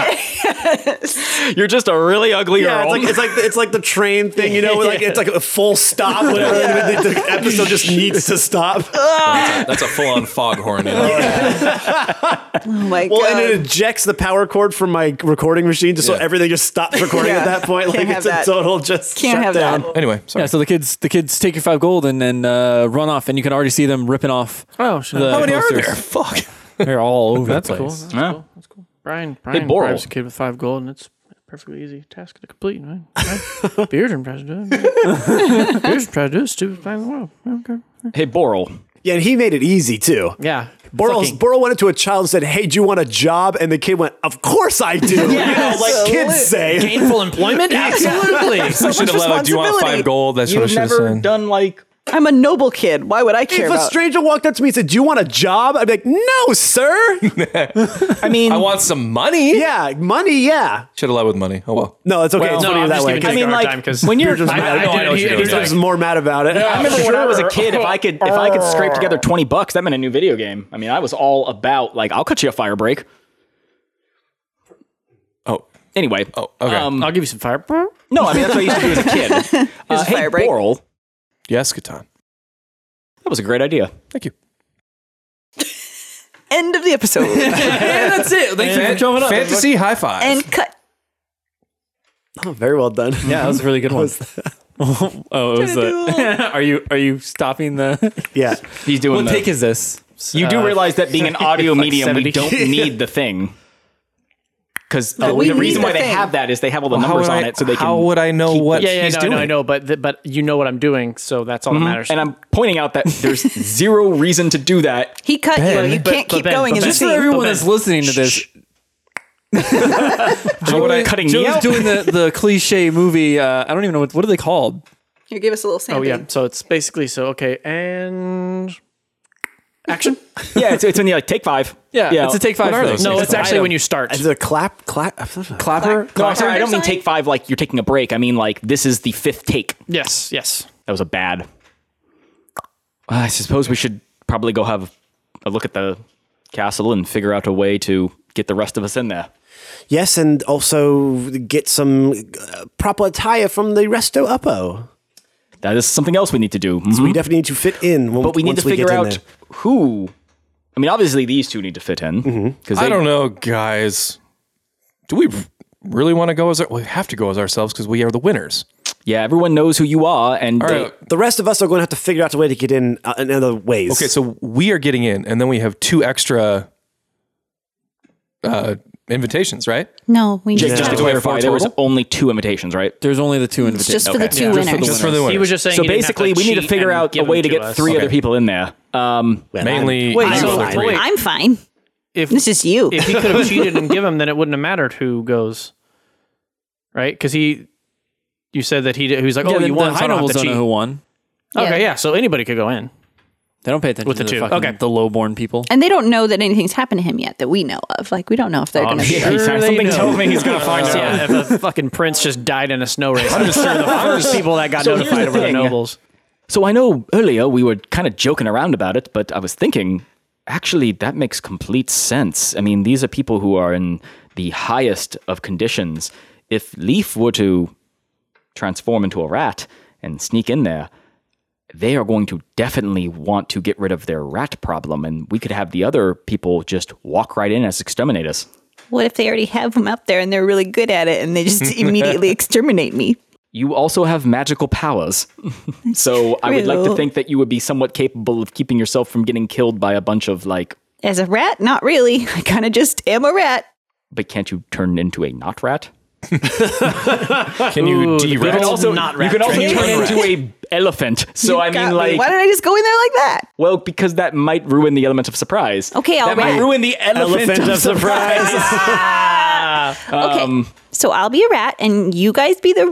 Speaker 3: You're just a really ugly
Speaker 5: Yeah,
Speaker 3: girl.
Speaker 5: it's like it's like it's like the train thing, you know, like it's like a full stop. Whatever the, the episode just needs to stop.
Speaker 1: That's a full-on foghorn. you know?
Speaker 4: Oh my
Speaker 5: Well,
Speaker 4: god!
Speaker 5: and it ejects the power cord from my recording machine, just
Speaker 1: Yeah.
Speaker 5: so everything just stops recording
Speaker 4: Yeah.
Speaker 5: at that point.
Speaker 4: Can't
Speaker 5: Like
Speaker 4: have
Speaker 5: it's a
Speaker 4: that.
Speaker 5: total just
Speaker 4: Can't have
Speaker 5: shutdown.
Speaker 4: that.
Speaker 1: Anyway, sorry.
Speaker 2: Yeah, so the kids, the kids take your five gold and then uh, run off, and you can already see them ripping off.
Speaker 6: Oh, shit.
Speaker 2: The
Speaker 1: How many are
Speaker 2: posters.
Speaker 1: there? Fuck.
Speaker 2: They're all over
Speaker 6: That's
Speaker 2: the
Speaker 6: cool.
Speaker 2: place.
Speaker 6: That's
Speaker 3: Yeah.
Speaker 6: cool. That's cool. Brian, Brian
Speaker 3: Boral.
Speaker 6: bribes a kid with five gold, and it's a perfectly easy task to complete. Right? Right? Beard impression. doing it. Beard's trying to do it. Stupid thing in the world. Yeah, Okay.
Speaker 3: hey, Boral.
Speaker 5: Yeah, and he made it easy too.
Speaker 6: Yeah.
Speaker 5: Burl,
Speaker 6: Fucking-
Speaker 5: Burl went up to a child and said, "Hey, do you want a job?" And the kid went, "Of course I do."
Speaker 6: Yes.
Speaker 5: You know, like kids say.
Speaker 6: gainful employment. Absolutely.
Speaker 1: We should have let him. Do you want
Speaker 4: responsibility.
Speaker 1: five gold? That's what I
Speaker 3: You've
Speaker 1: should have
Speaker 3: never
Speaker 1: said.
Speaker 3: done like
Speaker 4: I'm a noble kid. Why would I care
Speaker 5: If a
Speaker 4: about?
Speaker 5: stranger walked up to me and said, "Do you want a job?" I'd be like, "No, sir."
Speaker 3: I mean
Speaker 1: I want some money.
Speaker 5: yeah, money. Yeah.
Speaker 1: Should have led with money. Oh well.
Speaker 5: No, it's okay. it's
Speaker 6: no,
Speaker 5: funnier
Speaker 6: I'm
Speaker 5: that
Speaker 6: just
Speaker 5: way.
Speaker 6: giving Jake
Speaker 3: I mean,
Speaker 6: a hard
Speaker 3: like,
Speaker 6: time 'cause
Speaker 3: when you're-
Speaker 6: Beard was
Speaker 3: I-
Speaker 6: mad.
Speaker 1: I know, I know what you're
Speaker 6: he- he
Speaker 1: doing.
Speaker 6: was
Speaker 5: He's more mad about it.
Speaker 3: I remember when I was a kid, if I could if I could scrape together twenty bucks, that meant a new video game. I mean, I was all about like I'll cut you a fire break.
Speaker 1: Oh.
Speaker 3: Anyway,
Speaker 1: Oh, okay.
Speaker 6: I'll give you some fire.
Speaker 3: no, I mean that's what I used to do as a kid. Uh,
Speaker 4: a
Speaker 3: hey,
Speaker 4: fire break.
Speaker 3: Boral,
Speaker 1: Yes, Catan.
Speaker 3: that was a great idea.
Speaker 1: Thank you.
Speaker 4: End of the episode.
Speaker 2: and that's it. Thank you for
Speaker 1: Fan-
Speaker 2: showing up.
Speaker 1: Fantasy high five.
Speaker 4: and cut.
Speaker 5: Oh, very well done.
Speaker 2: yeah, that was a really good one. oh, it was. A, are you are you stopping the?
Speaker 5: Yeah.
Speaker 3: He's doing.
Speaker 2: What
Speaker 3: the-
Speaker 2: take is this?
Speaker 3: you
Speaker 2: Uh,
Speaker 3: do realize that being an audio
Speaker 6: like
Speaker 3: medium, we
Speaker 6: 70.
Speaker 3: don't need the thing. Because the,
Speaker 4: we
Speaker 3: the
Speaker 4: need
Speaker 3: reason
Speaker 4: the
Speaker 3: why they
Speaker 4: thing.
Speaker 3: have that is they have all the
Speaker 1: how
Speaker 3: numbers
Speaker 1: would
Speaker 3: on
Speaker 1: I,
Speaker 3: it, so they can.
Speaker 1: How would I know what
Speaker 6: Yeah, yeah,
Speaker 1: he's
Speaker 6: no,
Speaker 1: doing?
Speaker 6: no, I know, but th- but you know what I'm doing, so that's all that matters.
Speaker 3: and I'm pointing out that there's zero reason to do that.
Speaker 4: He cut
Speaker 1: Ben.
Speaker 4: you. You
Speaker 1: But-
Speaker 4: can't
Speaker 6: but
Speaker 4: keep
Speaker 6: Ben,
Speaker 4: going
Speaker 6: but
Speaker 4: in the Oh,
Speaker 6: Ben.
Speaker 2: Just for
Speaker 4: scene.
Speaker 2: everyone that's listening to this,
Speaker 3: How would I cutting me
Speaker 2: Joe's
Speaker 3: out?
Speaker 2: doing the, the cliche movie. Uh, I don't even know what, what are they called.
Speaker 4: Here, give us a little
Speaker 6: oh
Speaker 4: sampling.
Speaker 6: yeah, so it's basically so okay and action.
Speaker 3: yeah, it's, it's when you like take five.
Speaker 2: Yeah, it's a take five.
Speaker 1: What are
Speaker 2: thing.
Speaker 1: those
Speaker 6: No,
Speaker 1: things?
Speaker 6: it's actually when you start.
Speaker 5: Is it a clap? Clap?
Speaker 2: clapper.
Speaker 3: No, I'm sorry, I don't mean
Speaker 4: Sorry.
Speaker 3: take five like you're taking a break. I mean like this is the fifth take.
Speaker 6: Yes, yes.
Speaker 3: That was a bad. I suppose we should probably go have a look at the castle and figure out a way to get the rest of us in there.
Speaker 5: Yes, and also get some uh, proper attire from the resto uppo.
Speaker 3: That is something else we need to do.
Speaker 2: Mm-hmm.
Speaker 3: Mhm.
Speaker 5: We definitely need to fit in. When,
Speaker 3: but we need
Speaker 5: once
Speaker 3: to figure
Speaker 5: get in
Speaker 3: out
Speaker 5: there. Mm-hmm.
Speaker 3: who. I mean, obviously these two need to fit in because
Speaker 1: I don't know, guys. Do we really want to go as our, we have to go as ourselves because we are the winners.
Speaker 3: Yeah, everyone knows who you are, and
Speaker 1: All
Speaker 3: they-
Speaker 1: right.
Speaker 5: The rest of us are going to have to figure out a way to get in uh, in other ways.
Speaker 1: Okay, so we are getting in, and then we have two extra uh, invitations, right?
Speaker 7: No, we
Speaker 3: Just,
Speaker 7: need
Speaker 3: just to
Speaker 7: to.
Speaker 3: clarify,
Speaker 1: Ford's
Speaker 3: there was
Speaker 1: Horrible?
Speaker 3: only two invitations, right?
Speaker 2: There's only the two invitations.
Speaker 7: Just for the
Speaker 3: Okay.
Speaker 7: two
Speaker 3: Yeah.
Speaker 7: winners.
Speaker 1: Just for the
Speaker 6: He was
Speaker 1: winners.
Speaker 6: just saying.
Speaker 3: So
Speaker 6: he didn't have
Speaker 3: basically,
Speaker 6: to
Speaker 3: we need to
Speaker 6: cheat
Speaker 3: figure
Speaker 6: and
Speaker 3: out a
Speaker 6: give
Speaker 3: way
Speaker 6: them
Speaker 3: to get
Speaker 6: us.
Speaker 3: three
Speaker 1: Okay.
Speaker 3: other people in there. Um,
Speaker 5: Well,
Speaker 1: Mainly,
Speaker 6: Wait,
Speaker 1: you
Speaker 6: so-
Speaker 1: three.
Speaker 6: wait.
Speaker 4: I'm fine.
Speaker 6: If
Speaker 4: This is you.
Speaker 6: if he could have cheated and give him, then it wouldn't have mattered who goes, right? Because he, you said that he, did- he was like,
Speaker 2: Yeah,
Speaker 6: oh,
Speaker 2: the-
Speaker 6: you
Speaker 2: the
Speaker 6: won, so
Speaker 2: high
Speaker 6: I don't have
Speaker 2: nobles
Speaker 6: to
Speaker 2: don't
Speaker 6: cheat.
Speaker 2: know who won.
Speaker 6: Okay, yeah. So anybody could go in.
Speaker 2: They don't pay attention
Speaker 6: With the
Speaker 2: to
Speaker 6: two.
Speaker 2: the fucking,
Speaker 6: Okay.
Speaker 2: the lowborn people.
Speaker 4: And they don't know that anything's happened to him yet that we know of. Like, we don't know if they're
Speaker 3: Oh,
Speaker 4: going to be.
Speaker 6: sure
Speaker 2: something tells
Speaker 6: me he's gonna find out. Yeah, if a fucking prince just died in a snow race, I'm sure the first people that got
Speaker 3: So here's
Speaker 6: notified
Speaker 3: the
Speaker 6: were the
Speaker 3: thing.
Speaker 6: nobles.
Speaker 3: So I know earlier we were kind of joking around about it, but I was thinking, actually, that makes complete sense. I mean, these are people who are in the highest of conditions. If Leaf were to transform into a rat and sneak in there, they are going to definitely want to get rid of their rat problem, and we could have the other people just walk right in as exterminators.
Speaker 4: What if they already have them up there and they're really good at it and they just immediately exterminate me?
Speaker 3: You also have magical powers. so I would like to
Speaker 4: True.
Speaker 3: think that you would be somewhat capable of keeping yourself from getting killed by a bunch of like
Speaker 4: As a rat? Not really. I kind of just am a rat.
Speaker 3: but can't you turn into a not rat?
Speaker 1: Can you
Speaker 6: good
Speaker 1: derail?
Speaker 6: old- Also, not rat
Speaker 3: you can also
Speaker 6: trick.
Speaker 3: turn into a elephant. So I
Speaker 4: Got
Speaker 3: mean,
Speaker 4: me.
Speaker 3: like,
Speaker 4: why did I just go in there like that?
Speaker 3: well, because that might ruin the element of surprise.
Speaker 4: Okay, I'll
Speaker 3: that might
Speaker 4: rat.
Speaker 3: ruin the elephant, of, surprise.
Speaker 4: Okay.
Speaker 3: um,
Speaker 4: so I'll be a rat and you guys be the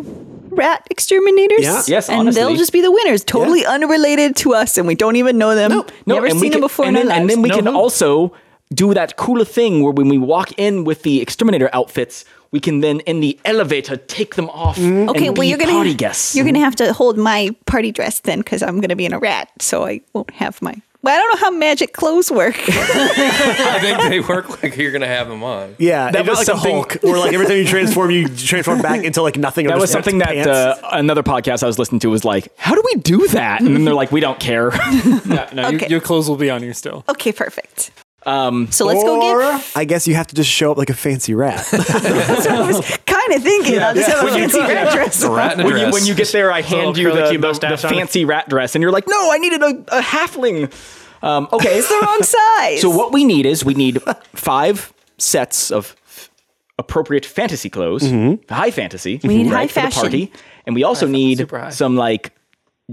Speaker 4: rat exterminators.
Speaker 5: Yeah.
Speaker 3: Yes,
Speaker 4: And
Speaker 3: honestly.
Speaker 4: they'll just be the winners, totally unrelated to us and we don't even know them.
Speaker 3: No,
Speaker 4: Never
Speaker 3: and we
Speaker 4: seen
Speaker 3: can-
Speaker 4: them before
Speaker 3: and
Speaker 4: in
Speaker 3: then,
Speaker 4: our lives.
Speaker 3: and then we
Speaker 6: No,
Speaker 3: can
Speaker 6: no.
Speaker 3: also do that cooler thing where when we walk in with the exterminator outfits, we can then in the elevator take them off.
Speaker 4: okay,
Speaker 3: and
Speaker 4: well
Speaker 3: be
Speaker 4: you're gonna
Speaker 3: party guests.
Speaker 4: You're gonna have to hold my party dress then because I'm gonna be in a rat, so I won't have my well, I don't know how magic clothes work.
Speaker 1: I think they work like you're gonna have them on.
Speaker 5: Yeah,
Speaker 3: That
Speaker 5: it's
Speaker 3: was
Speaker 5: like
Speaker 3: something-
Speaker 5: a Hulk, where like every time you transform, you transform back into like nothing. or
Speaker 3: that
Speaker 5: just
Speaker 3: was something that
Speaker 5: ripped pants.
Speaker 3: uh, another podcast I was listening to was like, "How do we do that?" And then they're like, "We don't care."
Speaker 2: No,
Speaker 4: your- Okay. your
Speaker 2: clothes will be on you still.
Speaker 4: okay, perfect.
Speaker 3: Um,
Speaker 4: So let's go
Speaker 5: Or I guess you have to just show up like a fancy rat.
Speaker 4: get I was kinda thinking I'll just have a fancy rat dress. on.
Speaker 1: Rat in a
Speaker 3: when you,
Speaker 1: dress.
Speaker 3: when you get there, I hand you
Speaker 6: curly
Speaker 3: the,
Speaker 6: cue
Speaker 3: the-
Speaker 6: mustache
Speaker 3: the
Speaker 6: on it.
Speaker 3: fancy rat dress, and you're like, "No, I needed a, a halfling." Um, okay,
Speaker 4: It's the wrong size.
Speaker 3: so what we need is we need five sets of appropriate fantasy clothes, high fantasy, Mm-hmm. we
Speaker 4: need high
Speaker 3: for the
Speaker 4: fashion.
Speaker 3: party, and we also need some like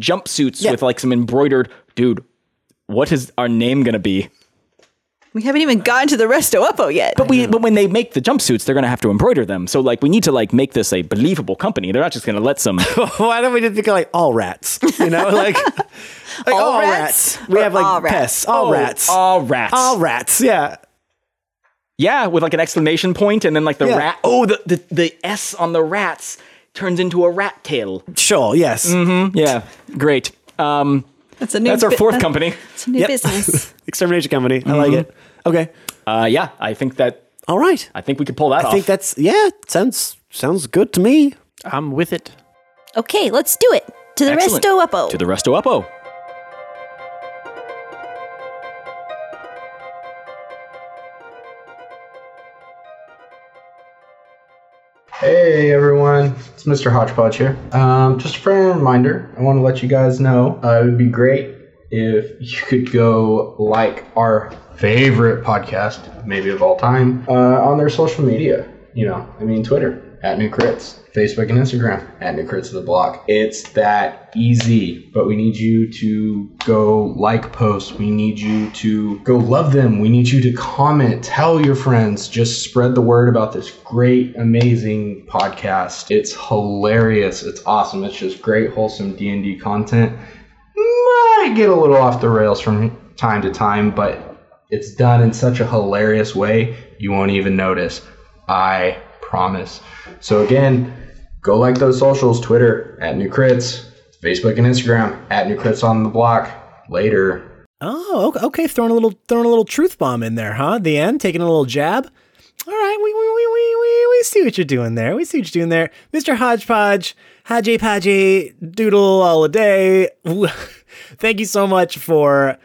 Speaker 3: jumpsuits with like some embroidered. Dude, what is our name gonna be?
Speaker 4: we haven't even gotten to the resto uppo yet.
Speaker 3: But we, but when they make the jumpsuits, they're gonna have to embroider them. So like, we need to like make this a believable company. They're not just gonna let some.
Speaker 5: Why don't we just think of, like all rats? You know, like, like
Speaker 4: All
Speaker 5: all,
Speaker 4: rats
Speaker 5: rats. We
Speaker 4: or
Speaker 5: have like
Speaker 4: all rats?
Speaker 5: pests. All
Speaker 3: Oh,
Speaker 5: rats.
Speaker 3: all rats.
Speaker 5: all rats. Yeah.
Speaker 3: Yeah, with like an exclamation point and then like the
Speaker 5: Yeah.
Speaker 3: rat. Oh, the, the the S on the rats turns into a rat tail.
Speaker 5: Sure. Yes.
Speaker 3: Mm-hmm. Yeah, great. Um,
Speaker 4: That's a new
Speaker 3: that's our
Speaker 4: bit-
Speaker 3: fourth
Speaker 4: that's-
Speaker 3: company.
Speaker 4: It's a new business.
Speaker 5: Extermination company. I
Speaker 3: Mm-hmm.
Speaker 5: like it. Okay.
Speaker 3: Uh, yeah, I think that
Speaker 5: All right.
Speaker 3: I think we could pull that
Speaker 5: I
Speaker 3: off.
Speaker 5: think that's yeah. Sounds sounds good to me.
Speaker 6: I'm with it.
Speaker 7: Okay, let's do it. To the
Speaker 3: Excellent.
Speaker 7: resto uppo.
Speaker 3: to the resto uppo.
Speaker 8: Hey everyone, it's Mr. Hodgepodge here. Um, just a friendly reminder, I want to let you guys know uh, it would be great if you could go like our favorite podcast, maybe of all time, uh, on their social media. You know, I mean Twitter at New Crits, Facebook and Instagram at New Crits of the Block. It's that easy, but we need you to go like posts. We need you to go love them. We need you to comment, tell your friends, just spread the word about this great, amazing podcast. It's hilarious. It's awesome. It's just great, wholesome D and D content. Might get a little off the rails from time to time, but it's done in such a hilarious way you won't even notice. I promise. So again, go like those socials: Twitter at New Crits, Facebook and Instagram at New Crits on the Block. Later.
Speaker 9: Oh, okay, okay. Throwing a little, throwing a little truth bomb in there, huh? At The end, taking a little jab. All right, we we we we we, we see what you're doing there. We see what you're doing there, Mister Hodgepodge, Hodgy Podgy, Doodle all a day. Thank you so much for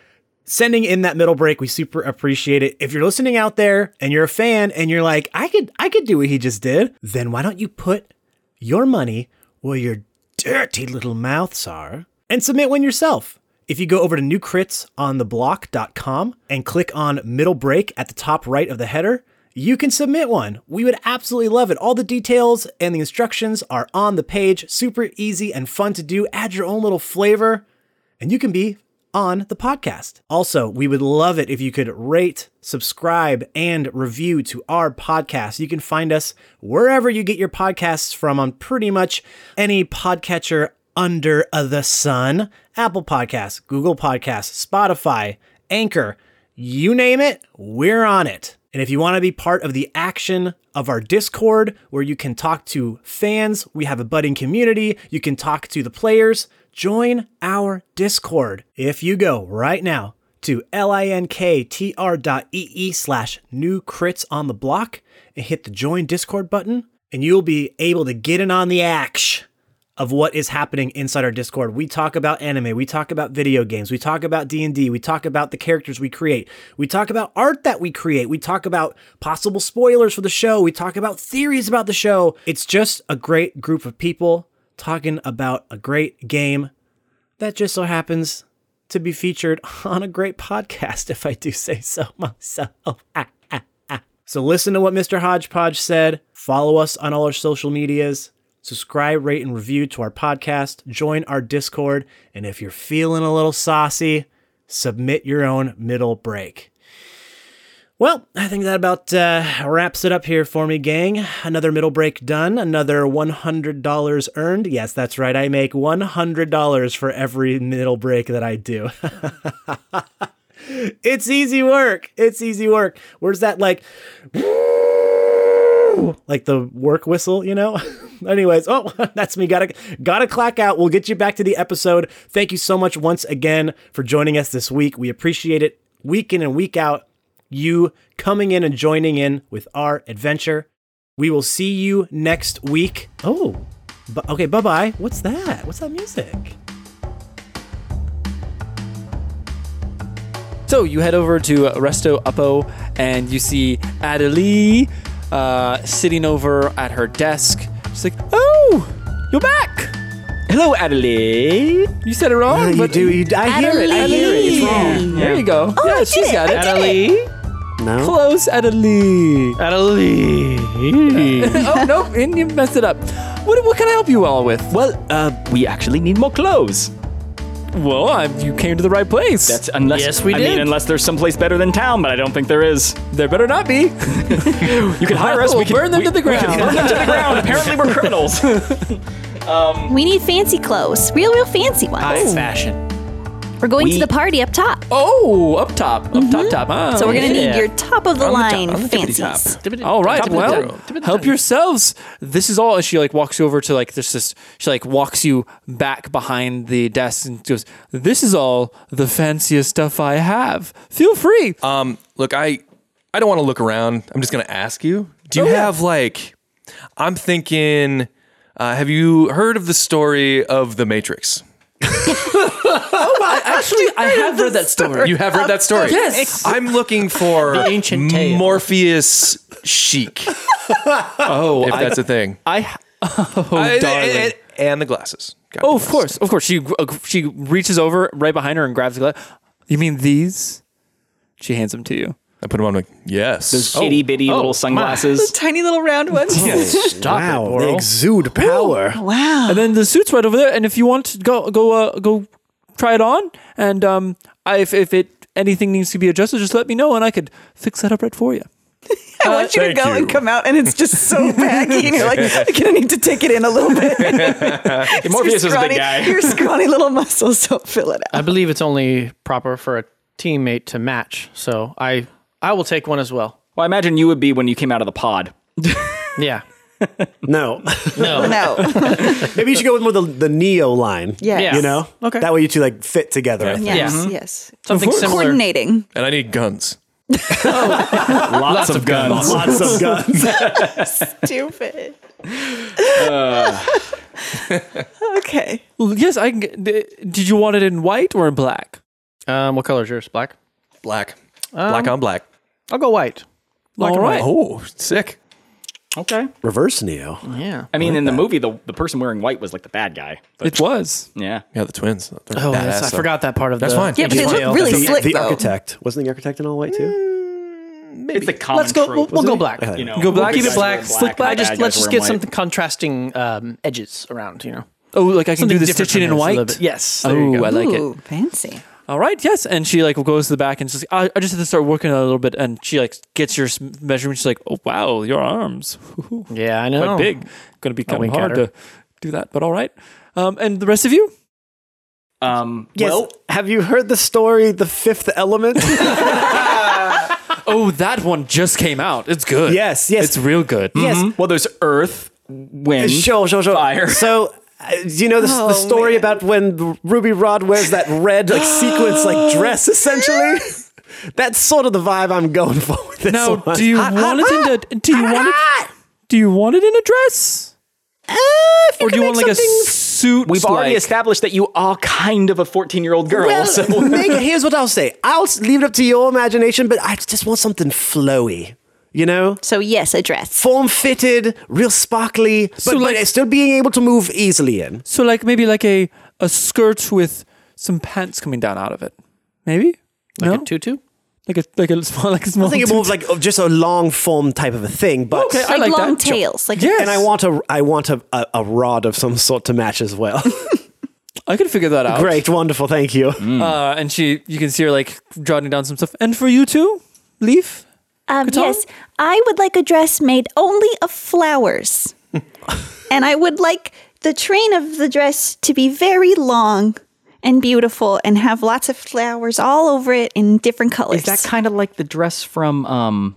Speaker 9: sending in that middle break. We super appreciate it. If you're listening out there and you're a fan and you're like, I could, I could do what he just did. Then why don't you put your money where your dirty little mouths are and submit one yourself. If you go over to newcritsontheblock.com and click on middle break at the top right of the header,
Speaker 5: you can submit one. We would absolutely love it. All the details and the instructions are on the page. Super easy and fun to do. Add your own little flavor, and you can be on the podcast. Also, we would love it if you could rate, subscribe, and review to our podcast. You can find us wherever you get your podcasts from on pretty much any podcatcher under the sun Apple Podcasts, Google Podcasts, Spotify, Anchor. You name it, we're on it. And if you want to be part of the action of our Discord, where you can talk to fans, we have a budding community, you can talk to the players, join our Discord. If you go right now to linktr.ee slash new crits on the block and hit the join Discord button, and you'll be able to get in on the action of what is happening inside our Discord. We talk about anime, we talk about video games, we talk about D&D, we talk about the characters we create. We talk about art that we create. We talk about possible spoilers for the show. We talk about theories about the show. It's just a great group of people talking about a great game that just so happens to be featured on a great podcast if I do say so myself. So listen to what Mr. Hodgepodge said. Follow us on all our social medias. Subscribe, rate, and review to our podcast. Join our Discord. And if you're feeling a little saucy, submit your own middle break. Well, I think that about uh, wraps it up here for me, gang. Another middle break done, another $100 earned. Yes, that's right. I make $100 for every middle break that I do. it's easy work. It's easy work. Where's that like like the work whistle, you know? Anyways, oh, that's me. Gotta gotta clack out. We'll get you back to the episode. Thank you so much once again for joining us this week. We appreciate it week in and week out. You coming in and joining in with our adventure. We will see you next week. Oh, bu- okay. Bye bye. What's that? What's that music?
Speaker 2: So you head over to Resto Uppo and you see Adelie uh, sitting over at her desk. She's like, "Oh, you're back!
Speaker 3: Hello, Adelaide.
Speaker 2: You said it wrong,
Speaker 10: you
Speaker 2: but
Speaker 10: do. You, I hear it. I hear it. It's wrong.
Speaker 2: there you go.
Speaker 4: Oh, I
Speaker 2: yeah,
Speaker 4: did
Speaker 2: she's
Speaker 4: it.
Speaker 2: got it.
Speaker 4: I did it.
Speaker 6: Adelie.
Speaker 10: No.
Speaker 2: Close, Adelie.
Speaker 6: Adelie.
Speaker 2: oh no, and you messed it up. What, what can I help you all with?
Speaker 3: Well, uh, we actually need more clothes.
Speaker 2: Well, i you came to the right place.
Speaker 3: That's unless
Speaker 6: Yes, we
Speaker 3: I mean,
Speaker 6: did.
Speaker 3: unless there's someplace better than town, but I don't think there is.
Speaker 2: there better not be.
Speaker 3: You can hire us.
Speaker 2: We'll
Speaker 3: we can
Speaker 2: burn them
Speaker 3: we-
Speaker 2: to the
Speaker 3: We can
Speaker 2: ground.
Speaker 3: burn Oh, them to the ground. Apparently, we're criminals.
Speaker 4: We need fancy clothes, real, real fancy ones.
Speaker 6: Fashion.
Speaker 4: We're going
Speaker 3: we-
Speaker 4: to the party up top,
Speaker 2: Oh, up top, up top, top. Huh?
Speaker 4: so we're gonna
Speaker 6: yeah.
Speaker 4: need your top of the line fancies.
Speaker 2: All right,
Speaker 6: Top of the
Speaker 2: well,
Speaker 6: dome. Top of the
Speaker 2: help
Speaker 6: dome.
Speaker 2: yourselves. This is all. And she like walks you over to like this. This she like walks you back behind the desk and goes, "This is all the fanciest stuff I have. Feel free."
Speaker 1: Um, look, I I don't want to look around. I'm just gonna ask you. Do you have like? I'm thinking. Uh, have you heard of the story of the Matrix?
Speaker 6: Actually, I have read that story.
Speaker 1: You have heard that story.
Speaker 6: Yes.
Speaker 1: I'm looking for
Speaker 6: The ancient tale.
Speaker 1: Morpheus chic. oh, if that's a thing.
Speaker 6: I
Speaker 1: Oh,
Speaker 6: darling.
Speaker 1: And, and the glasses. Got
Speaker 2: Oh,
Speaker 1: the
Speaker 2: of
Speaker 1: glasses.
Speaker 2: course, of course. She uh, she reaches over right behind her and grabs the glass. You mean these? She hands them to you.
Speaker 1: I put them on. I'm like yes. Oh.
Speaker 3: Those itty bitty little sunglasses.
Speaker 7: Tiny little round ones.
Speaker 6: stop it,
Speaker 10: Wow. They
Speaker 6: Oral.
Speaker 10: exude power.
Speaker 7: Wow.
Speaker 2: And then the suit's right over there. And if you want to go go uh, go try it on, and um, I, if if it anything needs to be adjusted, just let me know, and I could fix that up right for you.
Speaker 7: I want you to
Speaker 1: thank
Speaker 7: go
Speaker 1: you.
Speaker 7: and come out, and it's just so baggy, and you're like, I'm gonna need to take it in a little bit.
Speaker 3: Morpheus is a
Speaker 7: Your
Speaker 3: big
Speaker 7: scrawny-
Speaker 3: guy.
Speaker 7: Your scrawny little muscles don't fill it out.
Speaker 6: I believe it's only proper for a teammate to match. So I I will take one as well.
Speaker 3: Well, I imagine you would be when you came out of the pod.
Speaker 6: Yeah.
Speaker 10: No.
Speaker 7: No.
Speaker 10: Maybe you should go with more the, the Neo line.
Speaker 7: Yes.
Speaker 6: Yeah.
Speaker 10: You know?
Speaker 6: Okay.
Speaker 10: That way you two like fit together. I think.
Speaker 7: Yes.
Speaker 6: Yeah.
Speaker 7: Yes.
Speaker 6: Something similar.
Speaker 7: Mm-hmm. Coordinating.
Speaker 1: And I need guns.
Speaker 3: Lots, of, guns.
Speaker 10: Lots of guns.
Speaker 7: Stupid. okay.
Speaker 2: Well, Yes, I can. Get, d- did you want it in white or in black?
Speaker 6: Um, what color is yours? Black.
Speaker 1: Black.
Speaker 2: Um,
Speaker 1: black on black.
Speaker 6: I'll go white.
Speaker 2: All right.
Speaker 1: Oh, sick.
Speaker 3: Okay.
Speaker 10: Reverse Neo.
Speaker 6: Yeah.
Speaker 3: I mean, in the movie, the, the person wearing white was like the bad guy.
Speaker 2: It was.
Speaker 3: Yeah.
Speaker 1: Yeah, the twins. They're
Speaker 6: Oh, that's, I
Speaker 1: badass, though.
Speaker 6: forgot that part of
Speaker 1: That's
Speaker 6: the.
Speaker 1: fine.
Speaker 7: Yeah, but they
Speaker 6: detail.
Speaker 7: look really
Speaker 10: The,
Speaker 7: slick
Speaker 10: the
Speaker 7: though.
Speaker 10: architect. Wasn't the architect in all white too?
Speaker 1: Mm, maybe.
Speaker 3: It's the common
Speaker 11: Let's go.
Speaker 3: trope,
Speaker 11: We'll, we'll
Speaker 3: isn't
Speaker 11: go
Speaker 3: it?
Speaker 11: black.
Speaker 3: You know,
Speaker 2: Go black,
Speaker 3: good
Speaker 2: keep it
Speaker 3: guys
Speaker 2: black,
Speaker 3: wear
Speaker 11: Slick black.
Speaker 3: bad
Speaker 11: just
Speaker 3: guys
Speaker 11: let's
Speaker 3: wear
Speaker 11: just get
Speaker 3: white.
Speaker 11: some contrasting um, edges around. You know,
Speaker 2: Oh, like I can
Speaker 11: Something
Speaker 2: do the
Speaker 11: different
Speaker 2: stitching
Speaker 11: from
Speaker 2: in
Speaker 11: this a little
Speaker 2: white.
Speaker 11: bit. Yes, there you
Speaker 2: Oh,
Speaker 11: go.
Speaker 2: I like it.
Speaker 4: Ooh, fancy.
Speaker 2: All right. Yes. And she like goes to the back and says, I, I just have to start working on it a little bit. And she like gets your s- measurement. She's like, oh wow, your arms.
Speaker 11: Yeah, I
Speaker 2: quite
Speaker 11: know.
Speaker 2: big. Going to be kind of
Speaker 11: wink at
Speaker 2: hard
Speaker 11: her.
Speaker 2: to do that, but all right. Um, and the rest of you?
Speaker 3: Um,
Speaker 5: Yes.
Speaker 3: Well,
Speaker 5: have you heard the story, The Fifth Element?
Speaker 2: Oh, that one just came out. It's good.
Speaker 5: Yes, yes.
Speaker 2: It's real good.
Speaker 5: yes.
Speaker 3: well, oh, there's Earth, wind,
Speaker 5: Sure, sure, sure.
Speaker 3: fire.
Speaker 5: So, uh, do you know the,
Speaker 4: Oh,
Speaker 5: the story
Speaker 4: man.
Speaker 5: about when Ruby Rod wears that red like sequence like dress? Essentially, that's sort of the vibe I'm going for with this
Speaker 2: Now,
Speaker 5: one.
Speaker 2: do you want it in a do you want it do you want it in a dress
Speaker 5: Uh,
Speaker 2: or do you want like a suit?
Speaker 3: We've already
Speaker 2: like-
Speaker 3: established that you are kind of a 14 year old girl.
Speaker 5: Well,
Speaker 3: so
Speaker 5: make it, here's what I'll say. I'll s- leave it up to your imagination, but I just want something flowy. You know,
Speaker 4: So yes, a dress.
Speaker 5: form fitted, real sparkly, but,
Speaker 2: So,
Speaker 5: but
Speaker 2: like-
Speaker 5: it's still being able to move easily in.
Speaker 2: so like maybe like a a skirt with some pants coming down out of it. Maybe like no?
Speaker 11: A tutu.
Speaker 2: like a like a small like a small.
Speaker 5: I think it more of like of just a long form type of a thing, but
Speaker 2: Okay, I
Speaker 4: like,
Speaker 2: like that.
Speaker 4: long tails. Like
Speaker 2: Yes.
Speaker 5: and I want a I want a, a, a rod of some sort to match as well.
Speaker 2: I could figure
Speaker 3: Oh.
Speaker 2: that out.
Speaker 5: Great, wonderful, thank you.
Speaker 3: Mm.
Speaker 2: Uh, and she, you can see her like jotting down some stuff. And for you too, Leaf.
Speaker 7: Um,
Speaker 2: Guitar?
Speaker 7: yes, I would like a dress made only of flowers.
Speaker 4: and I would like the train of the dress to be very long and beautiful and have lots of flowers all over it in different colors.
Speaker 3: is that kind of like the dress from um,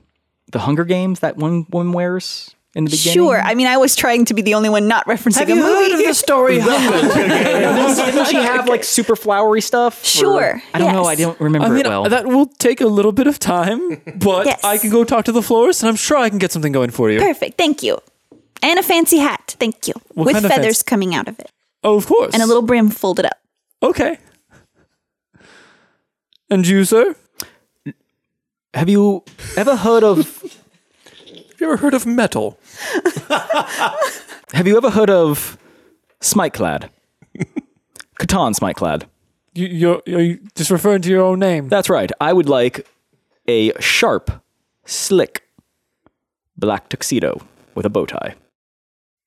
Speaker 3: the Hunger Games that one woman wears in the beginning?
Speaker 4: Sure. I mean, I was trying to be the only one not referencing a movie.
Speaker 11: story?
Speaker 3: Doesn't she have like super flowery stuff? or-
Speaker 4: Sure,
Speaker 3: I don't know. I
Speaker 4: yes.
Speaker 3: don't remember
Speaker 2: I mean,
Speaker 3: it well.
Speaker 2: that will take a little bit of time, but
Speaker 4: Yes.
Speaker 2: I can go talk to the florist, and I'm sure I can get something going for you.
Speaker 4: Perfect. Thank you. And a fancy hat. Thank you.
Speaker 2: What
Speaker 4: With
Speaker 2: kind of
Speaker 4: feathers
Speaker 2: fancy-
Speaker 4: coming out of it
Speaker 2: Oh, of course.
Speaker 4: and a little brim folded up.
Speaker 2: Okay. And you, sir?
Speaker 3: have you ever heard of?
Speaker 1: Have you ever heard of metal?
Speaker 3: Have you ever heard of Smikeclad? Catan Smikeclad.
Speaker 2: You, you're, you're just referring to your own name.
Speaker 3: That's right. I would like a sharp, slick, black tuxedo with a bow tie.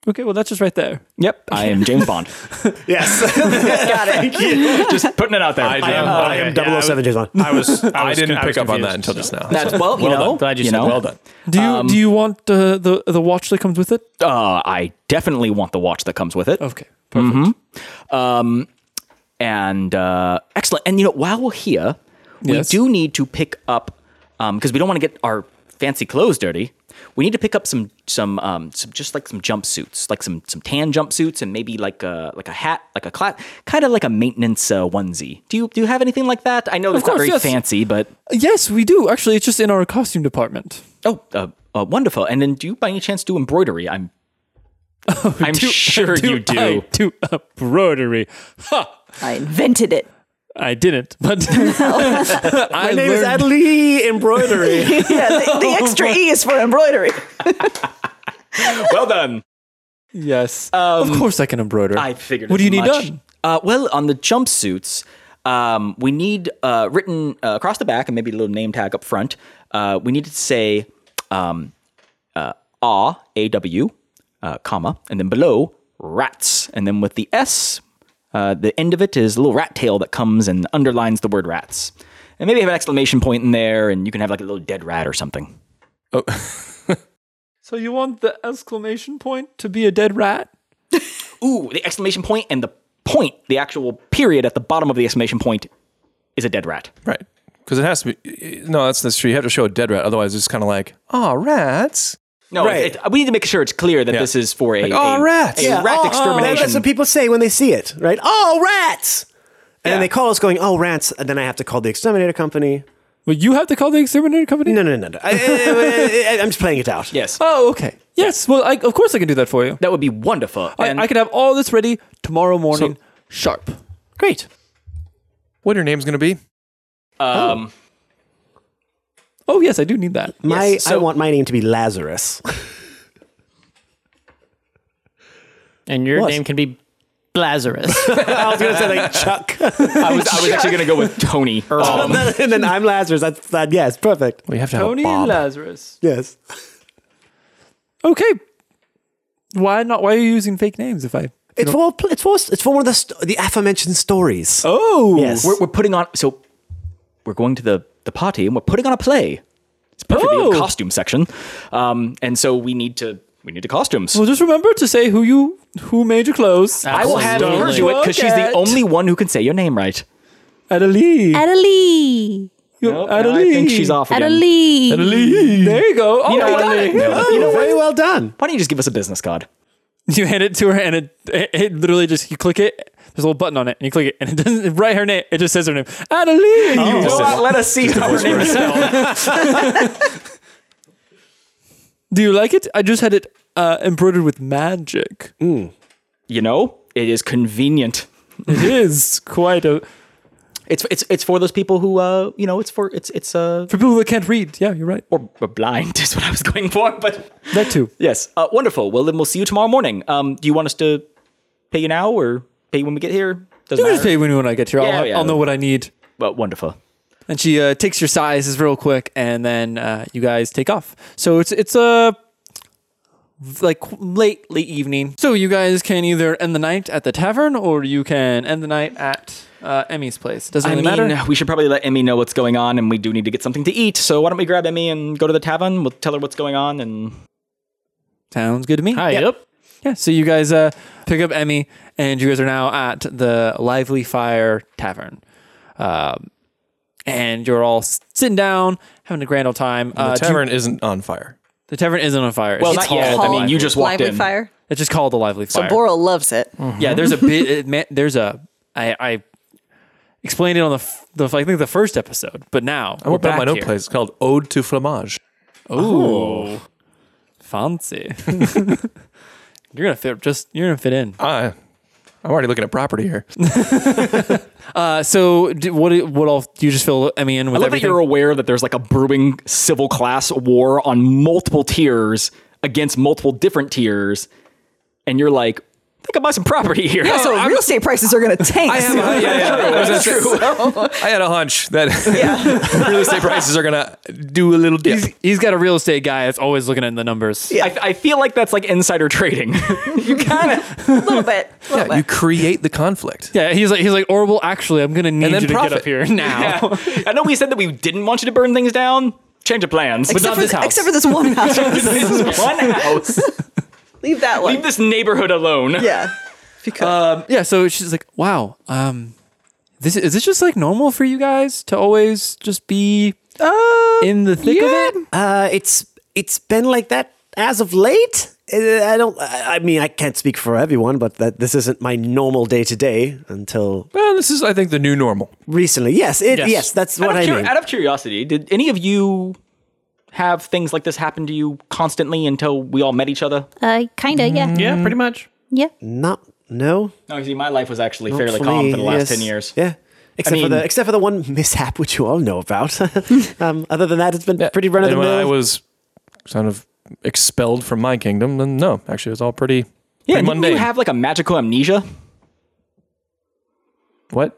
Speaker 2: Okay, well, that's just right there.
Speaker 3: Yep, I am James Bond.
Speaker 5: Yes, got it. Thank you.
Speaker 3: Just putting it out there.
Speaker 1: I am-
Speaker 5: I am 007 James Bond.
Speaker 11: I was. I,
Speaker 1: I
Speaker 11: was-
Speaker 1: didn't
Speaker 11: I was
Speaker 1: pick up on
Speaker 11: confused.
Speaker 1: that until just now.
Speaker 3: That's well, you
Speaker 11: Well
Speaker 3: know.
Speaker 11: done. Glad you,
Speaker 3: you
Speaker 11: said
Speaker 3: know.
Speaker 11: well done.
Speaker 2: Do you do you want uh, the the watch that comes with it?
Speaker 3: Uh, I definitely want the watch that comes with it.
Speaker 2: Okay, perfect.
Speaker 3: Um, and uh, excellent. And you know, while we're here,
Speaker 2: Yes.
Speaker 3: we do need to pick up because we don't want to get our fancy clothes dirty. We need to pick up some some um some just like some jumpsuits, like some some tan jumpsuits, and maybe like a like a hat, like a cla- kind of like a maintenance uh, onesie. Do you do you have anything like that? I know that's
Speaker 2: course,
Speaker 3: not very
Speaker 2: yes.
Speaker 3: fancy, but
Speaker 2: Yes, we do actually. It's just in our costume department.
Speaker 3: oh, uh, uh, wonderful. And then do you by any chance do embroidery? I'm I'm sure you do.
Speaker 2: I do embroidery. Ha!
Speaker 4: I invented it.
Speaker 2: I didn't, but I
Speaker 5: My name is
Speaker 2: learned-
Speaker 5: Adelie Embroidery.
Speaker 4: yeah, the, the extra E is for embroidery.
Speaker 3: well done.
Speaker 2: Yes, of course I can embroider.
Speaker 3: I figured.
Speaker 2: What
Speaker 3: as
Speaker 2: do you
Speaker 3: much.
Speaker 2: need done?
Speaker 3: Uh, well, on the jumpsuits, um, we need uh, written uh, across the back and maybe a little name tag up front. Uh, we need to say um, uh, A A W, uh, comma, and then below rats, and then with the S, uh, the end of it is a little rat tail that comes and underlines the word rats, and maybe have an exclamation point in there, and you can have like a little dead rat or something.
Speaker 1: Oh.
Speaker 2: So you want the exclamation point to be a dead rat?
Speaker 3: Ooh, the exclamation point and the point, the actual period at the bottom of the exclamation point, is a dead rat.
Speaker 1: Right. Because it has to be. No, that's that's true. You have to show a dead rat. Otherwise, it's kind of like, oh, rats.
Speaker 3: No,
Speaker 5: Right.
Speaker 3: it, we need to make sure it's clear that
Speaker 1: Yeah.
Speaker 3: this is for a,
Speaker 1: Like, oh,
Speaker 3: a-
Speaker 1: rats.
Speaker 3: a
Speaker 1: Yeah.
Speaker 3: rat
Speaker 5: Oh,
Speaker 3: extermination.
Speaker 5: That's what people say when they see it, right? Oh, rats! And
Speaker 3: Yeah.
Speaker 5: then they call us going, oh, rats. And then I have to call the exterminator company.
Speaker 2: But you have to call the exterminator company.
Speaker 5: No, no, no, no. I, I, am just playing it out.
Speaker 3: yes,
Speaker 2: Oh, okay. Yes. Well, I, of course I can do that for you.
Speaker 3: that would be wonderful.
Speaker 2: I,
Speaker 3: and
Speaker 2: I could have all this ready tomorrow morning, sharp.
Speaker 5: Great.
Speaker 1: What your name's going to be?
Speaker 3: um,
Speaker 2: Oh yes, I do need that.
Speaker 5: My,
Speaker 3: Yes,
Speaker 5: I
Speaker 3: so-
Speaker 5: want my name to be Lazarus.
Speaker 11: And your
Speaker 5: Was.
Speaker 11: name can be Lazarus.
Speaker 5: I was gonna say like Chuck.
Speaker 3: I was, I was actually going to go with Tony. Um,
Speaker 5: and then I'm Lazarus. That's that. Yes, perfect.
Speaker 1: We have to
Speaker 2: Tony and Lazarus.
Speaker 5: Yes.
Speaker 2: Okay. Why not? Why are you using fake names? If I
Speaker 5: It's for it's for it's for one of the st- the aforementioned stories.
Speaker 2: oh
Speaker 5: Yes.
Speaker 3: we're, we're putting on, so we're going to the, the party and we're putting on a play. It's perfectly
Speaker 2: Oh.
Speaker 3: a costume section. Um, and so we need to, we need to costumes.
Speaker 2: well, just remember to say who you who made your clothes.
Speaker 3: I will have
Speaker 2: Don't
Speaker 3: her do it because she's the
Speaker 2: forget.
Speaker 3: only one who can say your name right.
Speaker 2: Adelie.
Speaker 7: Adelie.
Speaker 2: You-
Speaker 3: no, I think she's off again.
Speaker 7: Adelie.
Speaker 2: Adelie. There you go. Oh, you,
Speaker 3: You know what? No.
Speaker 5: Oh, very well done.
Speaker 3: Why don't you just give us a business card?
Speaker 2: you hand it to her, and it, it, it literally just you click it. There's a little button on it, and you click it, and it doesn't write her name. It just says her name, Adelie.
Speaker 3: You know
Speaker 2: Oh.
Speaker 3: what? Let us see how her name is spelled.
Speaker 2: Do you like it? I just had it uh, embroidered with magic.
Speaker 3: You know, it is convenient.
Speaker 2: It is quite a
Speaker 3: It's it's it's for those people who uh you know it's for it's it's uh
Speaker 2: for people that can't read. Yeah, you're right.
Speaker 3: or, or blind is what I was going for, but
Speaker 2: That too.
Speaker 3: yes, uh, wonderful. Well, then we'll see you tomorrow morning. Um, do you want us to pay you now or pay you when we get here? Doesn't
Speaker 2: You can just
Speaker 3: matter.
Speaker 2: pay me when I get here. I'll,
Speaker 3: Yeah, yeah.
Speaker 2: I'll know what I need.
Speaker 3: well, wonderful.
Speaker 2: And she uh, takes your sizes real quick, and then uh, you guys take off. So it's it's a like late late evening. So you guys can either end the night at the tavern, or you can end the night at uh, Emmy's place. Doesn't
Speaker 3: I
Speaker 2: really
Speaker 3: mean,
Speaker 2: matter.
Speaker 3: we should probably let Emmy know what's going on, and we do need to get something to eat. So why don't we grab Emmy and go to the tavern? We'll tell her what's going on, and uh,
Speaker 2: Sounds good to me.
Speaker 11: Hi,
Speaker 2: Yeah.
Speaker 11: yep.
Speaker 2: Yeah. So you guys uh, pick up Emmy, and you guys are now at the Lively Fire Tavern. Um, and you're all s- sitting down, having a grand old time.
Speaker 1: The
Speaker 2: Uh, do you-
Speaker 1: tavern isn't on fire.
Speaker 2: the tavern isn't on fire.
Speaker 3: well,
Speaker 2: it's,
Speaker 3: not
Speaker 2: just
Speaker 3: yet. I
Speaker 2: called-
Speaker 3: mean, you just walked
Speaker 4: Lively
Speaker 3: in.
Speaker 4: fire.
Speaker 2: it's just called the Lively Fire.
Speaker 4: Boral loves it.
Speaker 2: Yeah, there's a bit. it- man, there's a. I, I explained it on the, f- the I think the first episode, but now
Speaker 1: I
Speaker 2: Oh, we're
Speaker 1: opened up
Speaker 2: back
Speaker 1: my
Speaker 2: here.
Speaker 1: note place. It's called Ode to Fromage.
Speaker 2: Ooh, fancy. you're gonna fit just. You're gonna fit in.
Speaker 1: I, I'm already looking at property here.
Speaker 2: Uh, so do, what? do- What all? Do you just fill Emmy in
Speaker 3: I
Speaker 2: with
Speaker 3: love that
Speaker 2: everything?
Speaker 3: you're aware that there's like a brewing civil class war on multiple tiers against multiple different tiers, and you're like, I could buy some property here.
Speaker 1: Yeah,
Speaker 4: So
Speaker 1: I'm-
Speaker 4: real estate prices are going to tank.
Speaker 1: I have
Speaker 4: soon.
Speaker 1: a, yeah, yeah, I was gonna say- I had a hunch that real estate prices are gonna do a little dip.
Speaker 2: He's- he's got a real estate guy that's always looking at the numbers.
Speaker 3: I, I feel like that's like insider trading. you kind of
Speaker 4: a little bit. little
Speaker 1: Yeah,
Speaker 4: bit.
Speaker 1: you create the conflict.
Speaker 2: Yeah, he's like he's like Orwell. Actually, I'm gonna need
Speaker 1: then
Speaker 2: you to
Speaker 1: profit.
Speaker 2: get up here now.
Speaker 3: I know we said that we didn't want you to burn things down. Change of plans.
Speaker 2: But
Speaker 4: except,
Speaker 2: not
Speaker 4: for
Speaker 2: this
Speaker 4: th-
Speaker 2: house.
Speaker 4: except for this one house.
Speaker 3: this is one house.
Speaker 4: Leave that one.
Speaker 3: Leave this neighborhood alone.
Speaker 4: yeah. Because
Speaker 2: Um, yeah, so she's like, "Wow, um, this is this just like normal for you guys to always just be in the thick of it?"
Speaker 5: Uh, it's it's been like that as of late. Uh, I don't. I I mean, I can't speak for everyone, but that this isn't my normal day to day until
Speaker 1: Well, this is, I think, the new normal.
Speaker 5: recently. Yes, it, yes. that's
Speaker 3: Out
Speaker 5: what
Speaker 3: of
Speaker 5: I
Speaker 3: curi-
Speaker 5: mean.
Speaker 3: Out of curiosity, did any of you have things like this happen to you constantly until we all met each other?
Speaker 7: Uh, kinda,
Speaker 1: Mm.
Speaker 7: yeah.
Speaker 6: Yeah, pretty much.
Speaker 7: Yeah.
Speaker 5: Not no.
Speaker 3: No, you see, my life was actually
Speaker 5: not
Speaker 3: fairly
Speaker 5: for
Speaker 3: calm
Speaker 5: me,
Speaker 3: for the last
Speaker 5: yes.
Speaker 3: ten years.
Speaker 5: Yeah. Except for
Speaker 3: mean-
Speaker 5: the except for the one mishap which you all know about. um, other than that, it's been pretty run of
Speaker 1: And
Speaker 5: the
Speaker 1: when I
Speaker 5: mill.
Speaker 1: was kind of expelled from my kingdom, then no, actually, it was all pretty.
Speaker 3: Yeah,
Speaker 1: pretty
Speaker 3: didn't
Speaker 1: mundane.
Speaker 3: you have like a magical amnesia?
Speaker 1: what?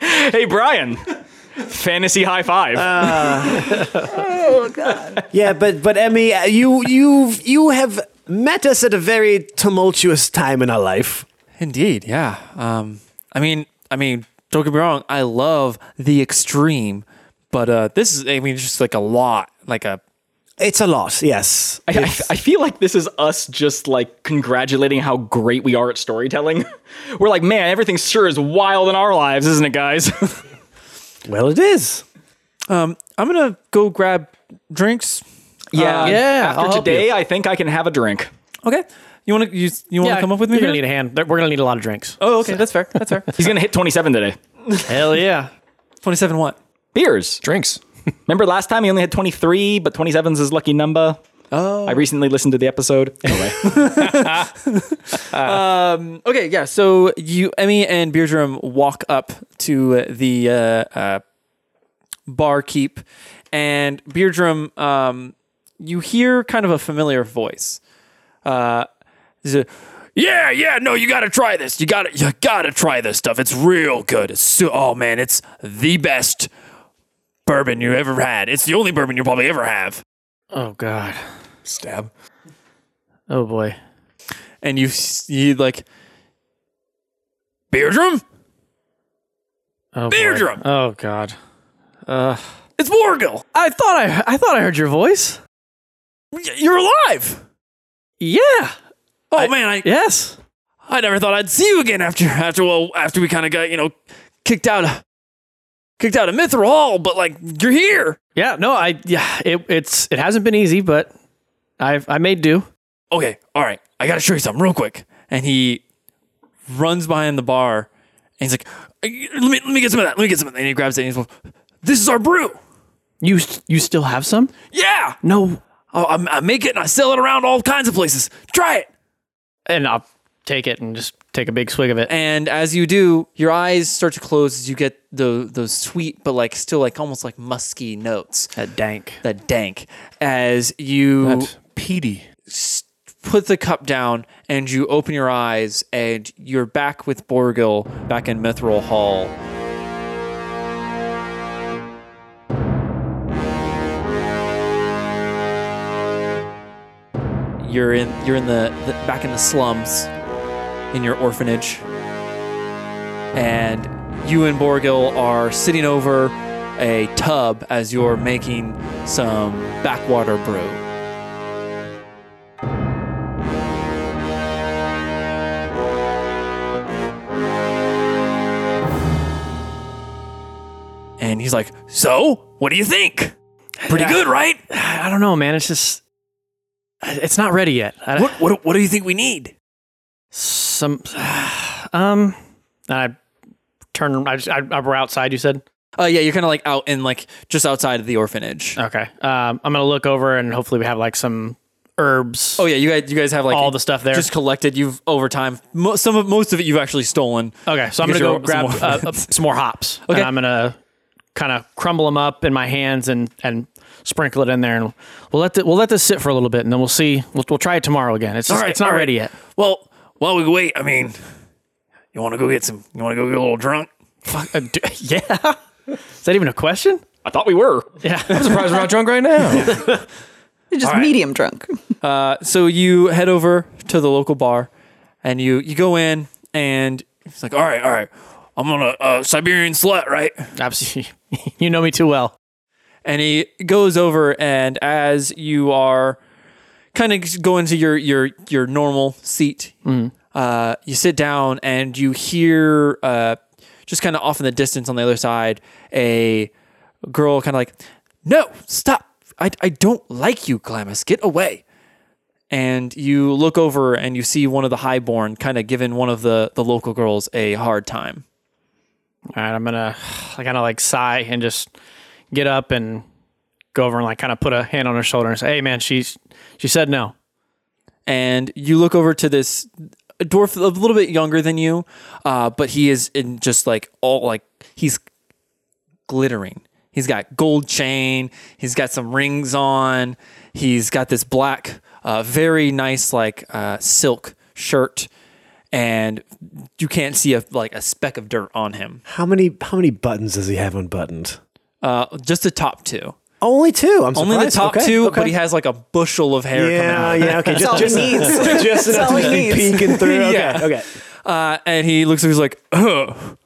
Speaker 3: Hey, Brian. Fantasy high five.
Speaker 5: Yeah, but but Emmy, uh, you you you have met us at a very tumultuous time in our life.
Speaker 2: Indeed, yeah. Um, I mean, I mean, don't get me wrong, I love the extreme, but uh, this is, I mean, just like a lot, like a
Speaker 5: It's a lot. Yes.
Speaker 3: I, I, I feel like this is us just like congratulating how great we are at storytelling. We're like, man, everything sure is wild in our lives, isn't it, guys?
Speaker 5: Well, it is.
Speaker 2: Um, I'm gonna go grab drinks.
Speaker 3: yeah,
Speaker 11: yeah, I'll
Speaker 3: Uh, After
Speaker 11: help
Speaker 3: today, I think I can have a drink.
Speaker 2: Okay, you wanna you you wanna
Speaker 11: Yeah,
Speaker 2: come up with me?
Speaker 11: You're gonna
Speaker 2: here?
Speaker 11: need a hand. We're gonna need a lot of drinks.
Speaker 2: oh, okay, that's fair. That's fair.
Speaker 3: He's gonna hit 27 today.
Speaker 11: Hell yeah.
Speaker 2: Twenty-seven. What?
Speaker 3: Beers.
Speaker 1: Drinks.
Speaker 3: Remember last time he only had 23, but 27's his lucky number. Oh. I recently listened to the episode. Anyway,
Speaker 2: Okay, yeah. So you, Emmy, and Beardrum walk up to uh, the uh, uh, barkeep, and Beardrum, um, you hear kind of a familiar voice. Uh, he's a, yeah, yeah, no, you gotta try this. You gotta, you gotta try this stuff. It's real good. It's so, oh man, it's the best bourbon you ever had. It's the only bourbon you'll probably ever have.
Speaker 6: Oh God.
Speaker 1: Stab.
Speaker 6: Oh boy.
Speaker 2: And you, s- you like, Beardrum?
Speaker 6: Oh, boy.
Speaker 2: Deirdre!
Speaker 6: Oh God. Uh,
Speaker 2: It's Morgul.
Speaker 6: I thought I I thought I heard your voice.
Speaker 2: Y- You're alive.
Speaker 6: Yeah.
Speaker 2: Oh man, I,
Speaker 6: Yes.
Speaker 2: I never thought I'd see you again after after well after we kind of got you know kicked out of kicked out of Mithril Hall, but like you're here.
Speaker 6: Yeah. No. I. Yeah. It, it's it hasn't been easy, but I've I made do.
Speaker 2: Okay, all right, I gotta show you something real quick. And he runs behind the bar and he's like, "Let me let me get some of that. Let me get some of that." And he grabs it and he's like, "This is our brew.
Speaker 6: You s- you still have some?
Speaker 2: Yeah,
Speaker 6: No.
Speaker 2: I, I- I make it and I sell it around all kinds of places. Try it."
Speaker 6: And I'll take it and just take a big swig of it. Eh,
Speaker 2: And as you do, your eyes start to close as you get the those sweet but like still like almost like musky notes.
Speaker 6: That dank.
Speaker 2: that dank as you
Speaker 1: Petey.
Speaker 2: s- put the cup down and you open your eyes and you're back with Borgil back in Mithril Hall. You're in you're in the, the back in the slums in your orphanage and you and Borgil are sitting over a tub as you're making some backwater brew. And he's like, "So, what do you think? Pretty good, right?
Speaker 6: I don't know, man. It's just it's not ready yet. I,
Speaker 2: What, what what do you think we need?"
Speaker 6: Some. Um. I turn. I just. I, I we're outside. You said.
Speaker 2: Uh, yeah, you're kind of like out in like just outside of the orphanage.
Speaker 6: Okay. Um. I'm gonna look over and hopefully we have like some herbs.
Speaker 2: Oh yeah, you guys you guys have like
Speaker 6: all the stuff there.
Speaker 2: just collected. You've over time, mo- some of most of it you've actually stolen.
Speaker 6: Okay, so I'm
Speaker 2: Because
Speaker 6: gonna go
Speaker 2: you're
Speaker 6: grab
Speaker 2: some more-
Speaker 6: uh, uh, some more hops.
Speaker 2: Okay.
Speaker 6: and I'm gonna kind of crumble them up in my hands and and sprinkle it in there, and we'll let the, we'll let this sit for a little bit, and then we'll see. We'll, we'll try it tomorrow again. It's just,
Speaker 2: right,
Speaker 6: it's not
Speaker 2: all right.
Speaker 6: ready yet.
Speaker 2: Well, while we wait, I mean, you want to go get some? You want to go get a little drunk?
Speaker 6: Fuck, uh, d- yeah, is that even a question?
Speaker 3: I thought we were.
Speaker 1: I'm surprised we're not drunk right now.
Speaker 4: You're just medium drunk.
Speaker 2: so you head over to the local bar and you you go in and it's like all right all right i'm on a uh, siberian slut right
Speaker 6: Absolutely, you know me too well.
Speaker 2: and he goes over and as you are kind of go into your your your normal seat uh, you sit down and you hear uh, just kind of off in the distance on the other side a girl kind of like no stop I, I don't like you glamis get away and you look over and you see one of the highborn kind of giving one of the the local girls a hard time
Speaker 6: All right, I'm gonna I kind of like sigh and just get up and go over and like kind of put a hand on her shoulder and say, "Hey, man, she's she said no."
Speaker 2: and you look over to this dwarf a little bit younger than you, uh, but he is in just like all like he's glittering. He's got gold chain. He's got some rings on. He's got this black, uh, very nice like uh, silk shirt, and you can't see a like a speck of dirt on him.
Speaker 5: How many how many buttons does he have unbuttoned?
Speaker 2: Uh, just the top two,
Speaker 5: Only two. I'm
Speaker 2: only the
Speaker 5: surprised.
Speaker 2: top
Speaker 5: Okay,
Speaker 2: two,
Speaker 5: okay.
Speaker 2: but he has like a bushel of hair coming out.
Speaker 5: yeah, yeah, okay.
Speaker 4: all
Speaker 5: Just,
Speaker 4: he
Speaker 5: just,
Speaker 4: needs.
Speaker 5: just enough
Speaker 4: all
Speaker 5: to
Speaker 4: he
Speaker 5: just be
Speaker 4: needs.
Speaker 5: peeking through. Okay,
Speaker 2: Yeah.
Speaker 5: okay.
Speaker 2: Uh, and he looks at he's like, Ugh,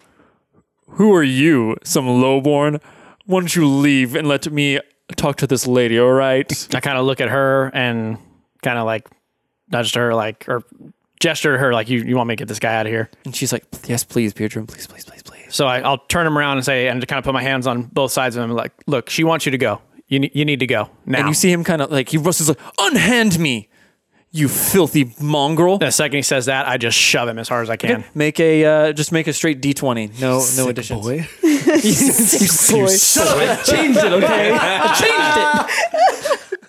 Speaker 2: who are you, some lowborn? Why don't you leave and let me talk to this lady, all right?
Speaker 6: I kind of look at her and kind of like nudged her, like or gesture to her, like you, you want me to get this guy out of here.
Speaker 2: and she's like, yes, please, Beardrum, please, please, please, please.
Speaker 6: So I, I'll turn him around and say, and to kind of put my hands on both sides of him, like, look, she wants you to go. You ne- you need to go now.
Speaker 2: And you see him kind of like, he rustles like, unhand me, you filthy mongrel.
Speaker 6: the second he says that, I just shove him as hard as I can.
Speaker 2: Make a, uh, just make a straight D20. No, no additions. You Shut up, I changed it, okay? I changed it.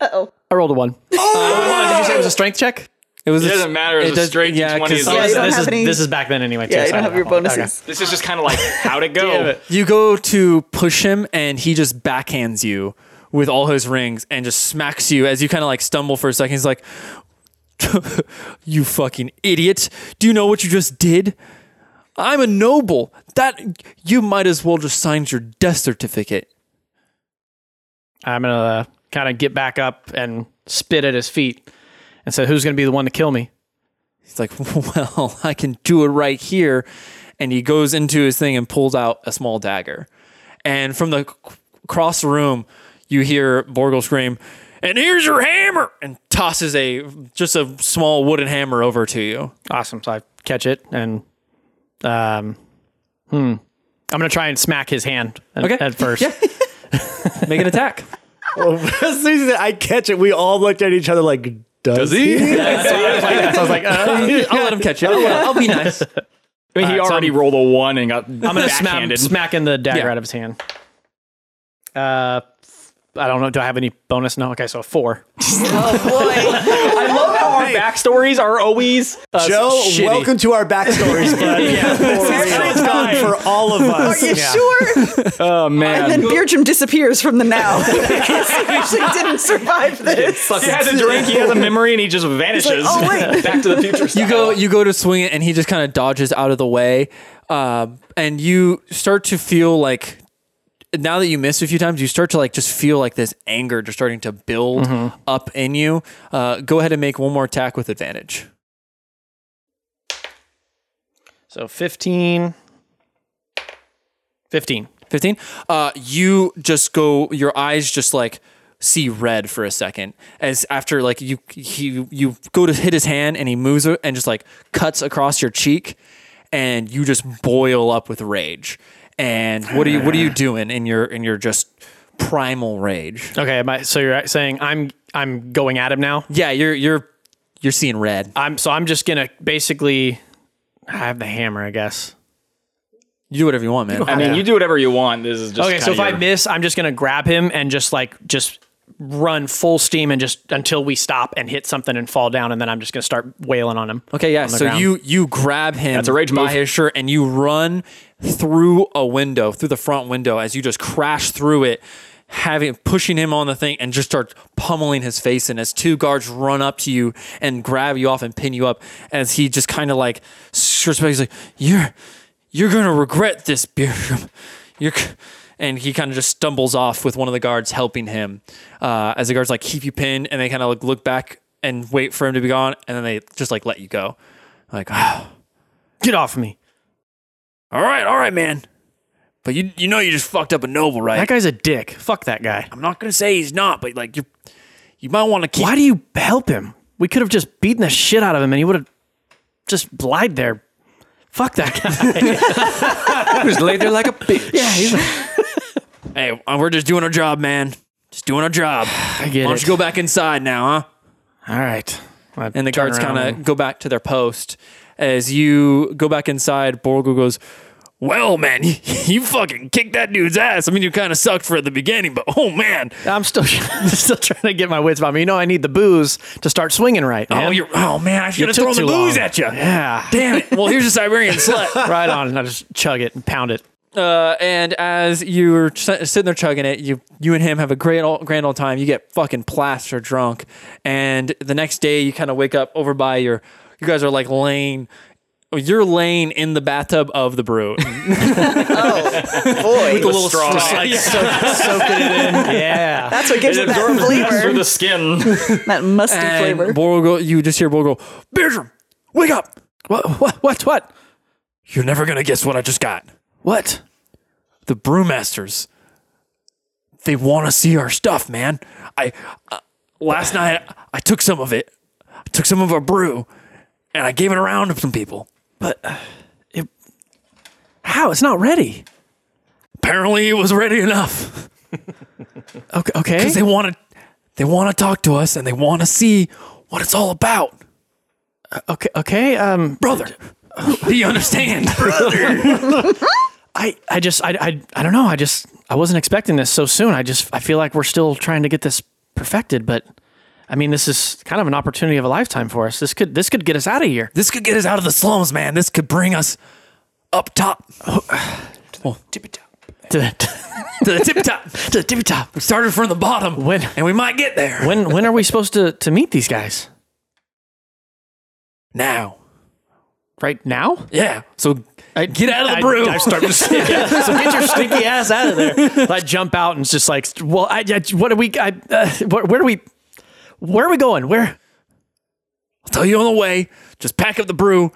Speaker 6: I rolled a one.
Speaker 4: Oh!
Speaker 6: did you say it Uh, was a strength check? Oh,
Speaker 2: It was
Speaker 3: It doesn't matter, it's a
Speaker 2: does-
Speaker 3: straight
Speaker 2: yeah,
Speaker 3: 20 is
Speaker 2: because-
Speaker 3: like-
Speaker 4: Yeah, you don't
Speaker 6: this,
Speaker 4: have
Speaker 6: is,
Speaker 4: any-
Speaker 6: this is back then anyway.
Speaker 4: Yeah,
Speaker 6: too,
Speaker 4: you
Speaker 6: so
Speaker 4: don't
Speaker 6: I
Speaker 4: have your
Speaker 6: know. Okay.
Speaker 4: bonuses.
Speaker 3: This is just kind of like how to go.
Speaker 2: You go to push him, and he just backhands you with all his rings and just smacks you as you kind of like stumble for a second. He's like, "You fucking idiot! Do you know what you just did? I'm a noble. That you might as well just signed your death certificate."
Speaker 6: I'm gonna uh, kind of get back up and spit at his feet and say, "Who's gonna be the one to kill me?"
Speaker 2: He's like, "Well, I can do it right here," and he goes into his thing and pulls out a small dagger. And from the c- across the room, you hear Borgle scream, "And here's your hammer!" and tosses a just a small wooden hammer over to you.
Speaker 6: Awesome. So I catch it and um, hmm. I'm gonna try and smack his hand at,
Speaker 2: Okay.
Speaker 6: at first.
Speaker 2: Make an attack.
Speaker 5: Well, as soon as I catch it, we all looked at each other like, does, he?
Speaker 6: I was like,
Speaker 2: I'll let him catch it. I'll, I'll be nice.
Speaker 3: I mean, he
Speaker 6: All right, so
Speaker 3: already
Speaker 6: I'm-
Speaker 3: rolled a one and got
Speaker 6: I'm gonna smack
Speaker 3: backhanded.
Speaker 6: smacking the dagger
Speaker 2: Yeah.
Speaker 6: out of his hand. Uh, I don't know. Do I have any bonus? No. Okay, so a four.
Speaker 3: I love how our backstories are always uh,
Speaker 5: Joe,
Speaker 3: shitty.
Speaker 5: welcome to our backstories, bud. This is
Speaker 3: real.
Speaker 5: done for all of us.
Speaker 4: Are you sure?
Speaker 3: Oh
Speaker 4: And
Speaker 3: man,
Speaker 4: then Beardrum disappears from the now. because he actually didn't survive this.
Speaker 3: he has a drink, he has a memory, and he just vanishes.
Speaker 4: "Oh, wait."
Speaker 3: Back to the future. Style.
Speaker 2: You go, you go to swing it, and he just kind of dodges out of the way. Um, and you start to feel like, now that you missed a few times, you start to like just feel like this anger just starting to build up in you. Uh, go ahead and make one more attack with advantage.
Speaker 6: So 15. 15.
Speaker 2: 15 uh you just go your eyes just like see red for a second as after like you he you go to hit his hand and he moves it and just like cuts across your cheek and you just boil up with rage and what are you what are you doing in your in your just primal rage
Speaker 6: Okay, am I- so you're saying I'm I'm going at him now.
Speaker 2: yeah you're you're you're seeing red
Speaker 6: I'm so I'm just gonna basically I have the hammer, I guess.
Speaker 2: you do whatever you want man
Speaker 3: I mean, you do whatever you want. This is just
Speaker 6: okay, so if
Speaker 3: kinda
Speaker 6: I
Speaker 3: your-
Speaker 6: miss, I'm just gonna grab him and just like just run full steam and just until we stop and hit something and fall down, and then I'm just gonna start wailing on him.
Speaker 2: Okay, yeah.
Speaker 6: on the
Speaker 2: So
Speaker 6: ground.
Speaker 2: you you grab him
Speaker 3: That's a rage
Speaker 2: by
Speaker 3: move.
Speaker 2: his shirt and you run through a window, through the front window, as you just crash through it, having pushing him on the thing and just start pummeling his face in as two guards run up to you and grab you off and pin you up as he just kind of like skirts back. He's like, You're you're gonna regret this, Beardrum. You're c-" and he kind of just stumbles off with one of the guards helping him. Uh, as the guards like keep you pinned, and they kind of like look back and wait for him to be gone, and then they just like let you go. Like, "Ah,
Speaker 6: Get off me!
Speaker 2: all right, all right, man. But you you know you just fucked up a noble, right?
Speaker 6: That guy's a dick. Fuck that guy.
Speaker 2: I'm not gonna say he's not, but like you, you might want to keep.
Speaker 6: Why do you help him? We could have just beaten the shit out of him, and he would have just lied there. Fuck that guy.
Speaker 2: just lay there like a bitch. Yeah. hey, uh, we're just doing our job, man. Just doing our job.
Speaker 6: I get
Speaker 2: Why don't you go back inside now, huh?
Speaker 6: All right. I
Speaker 2: and the
Speaker 6: turn
Speaker 2: guards
Speaker 6: around
Speaker 2: kind
Speaker 6: and-
Speaker 2: of go back to their post. As you go back inside, Borgo goes, "Well, man, you fucking kicked that dude's ass. I mean, you kind of sucked for at the beginning, but oh man,
Speaker 6: I'm still still trying to get my wits about me. You know, I need the booze to start swinging right.
Speaker 2: oh
Speaker 6: man.
Speaker 2: you're, oh man, I should have
Speaker 6: took
Speaker 2: thrown the
Speaker 6: too
Speaker 2: booze
Speaker 6: long.
Speaker 2: at you.
Speaker 6: yeah.
Speaker 2: Damn it. Well, here's a Siberian slut.
Speaker 6: right on. And I just chug it and pound it.
Speaker 2: Uh, and as you're ch- sitting there chugging it, you you and him have a great old, grand old time. You get fucking plastered drunk, and the next day you kind of wake up over by your. You guys are like laying. You're laying in the bathtub of the brew.
Speaker 4: Oh, boy.
Speaker 2: a little straw.
Speaker 6: Yeah.
Speaker 4: That's what gives it, that
Speaker 3: absorbs through
Speaker 4: flavor.
Speaker 3: the skin.
Speaker 4: that musty
Speaker 2: And
Speaker 4: flavor.
Speaker 2: Borgo, you just hear Borgo, Beardrum, wake up.
Speaker 6: What? What? What? What?
Speaker 2: You're never going to guess what I just got.
Speaker 6: What?
Speaker 2: The brewmasters. They want to see our stuff, man. I uh, last night I took some of it. I took some of our brew and I gave it around to some people.
Speaker 6: uh, How? It's not ready.
Speaker 2: Apparently it was ready enough
Speaker 6: Okay. Okay.
Speaker 2: cuz they want to they want to talk to us and they want to see what it's all about.
Speaker 6: okay. Okay. Um.
Speaker 2: Brother, do you understand?
Speaker 6: I. I just. I. I. I don't know. I just. I wasn't expecting this so soon. I just. I feel like we're still trying to get this perfected, but. I mean, this is kind of an opportunity of a lifetime for us. This could this could get us out of here.
Speaker 2: This could get us out of the slums, man. This could bring us up top.
Speaker 6: To the-
Speaker 2: to the tippy top, to the tippy top. We started from the bottom,
Speaker 6: When
Speaker 2: and we might get there.
Speaker 6: when when are we supposed to to meet these guys?
Speaker 2: Now,
Speaker 6: Right now?
Speaker 2: yeah. So
Speaker 6: I,
Speaker 2: get out of the broom.
Speaker 6: I, I start to yeah. So get your stinky ass out of there. I jump out and it's just like, well, I, I what do we? I, uh, where, where do we? Where are we going? Where?
Speaker 2: I'll tell you on the way. Just pack up the brew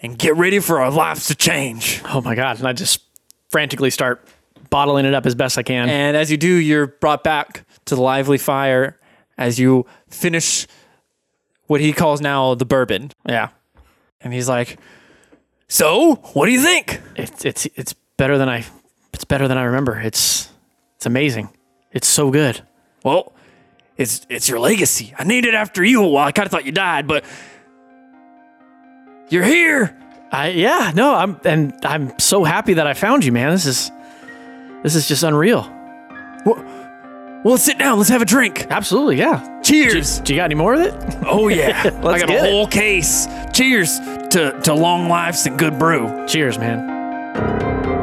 Speaker 2: and get ready for our lives to change.
Speaker 6: Oh my god! And I just frantically start bottling it up as best I can.
Speaker 2: And as you do, you're brought back to the lively fire as you finish what he calls now the bourbon.
Speaker 6: yeah,
Speaker 2: And he's like, "So, what do you think?"
Speaker 6: it's it's it's better than I. It's better than I remember. It's it's amazing. It's so good.
Speaker 2: Well, it's it's your legacy. I named it after you. Well, I kind of thought you died, but you're here.
Speaker 6: I yeah no I'm and I'm so happy that I found you, man. This is this is just unreal.
Speaker 2: Well, let's sit down. Let's have a drink.
Speaker 6: Absolutely, yeah.
Speaker 2: Cheers.
Speaker 6: Do you got any more of it?
Speaker 2: Oh yeah, I got
Speaker 6: get
Speaker 2: a
Speaker 6: it.
Speaker 2: whole case. Cheers to to long lives and good brew.
Speaker 6: Cheers, man.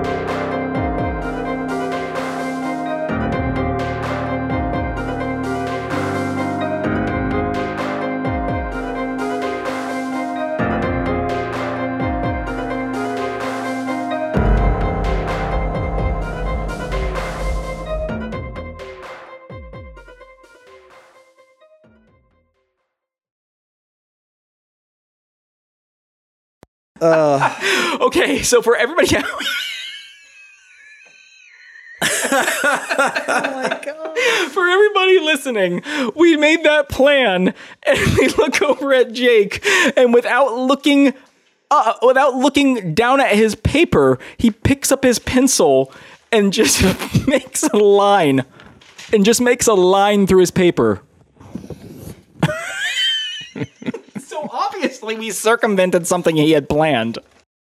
Speaker 3: Okay, so for everybody else. For everybody listening, we made that plan and we look over at Jake and without looking uh, without looking down at his paper, he picks up his pencil and just makes a line and just makes a line through his paper. so obviously we circumvented something he had planned.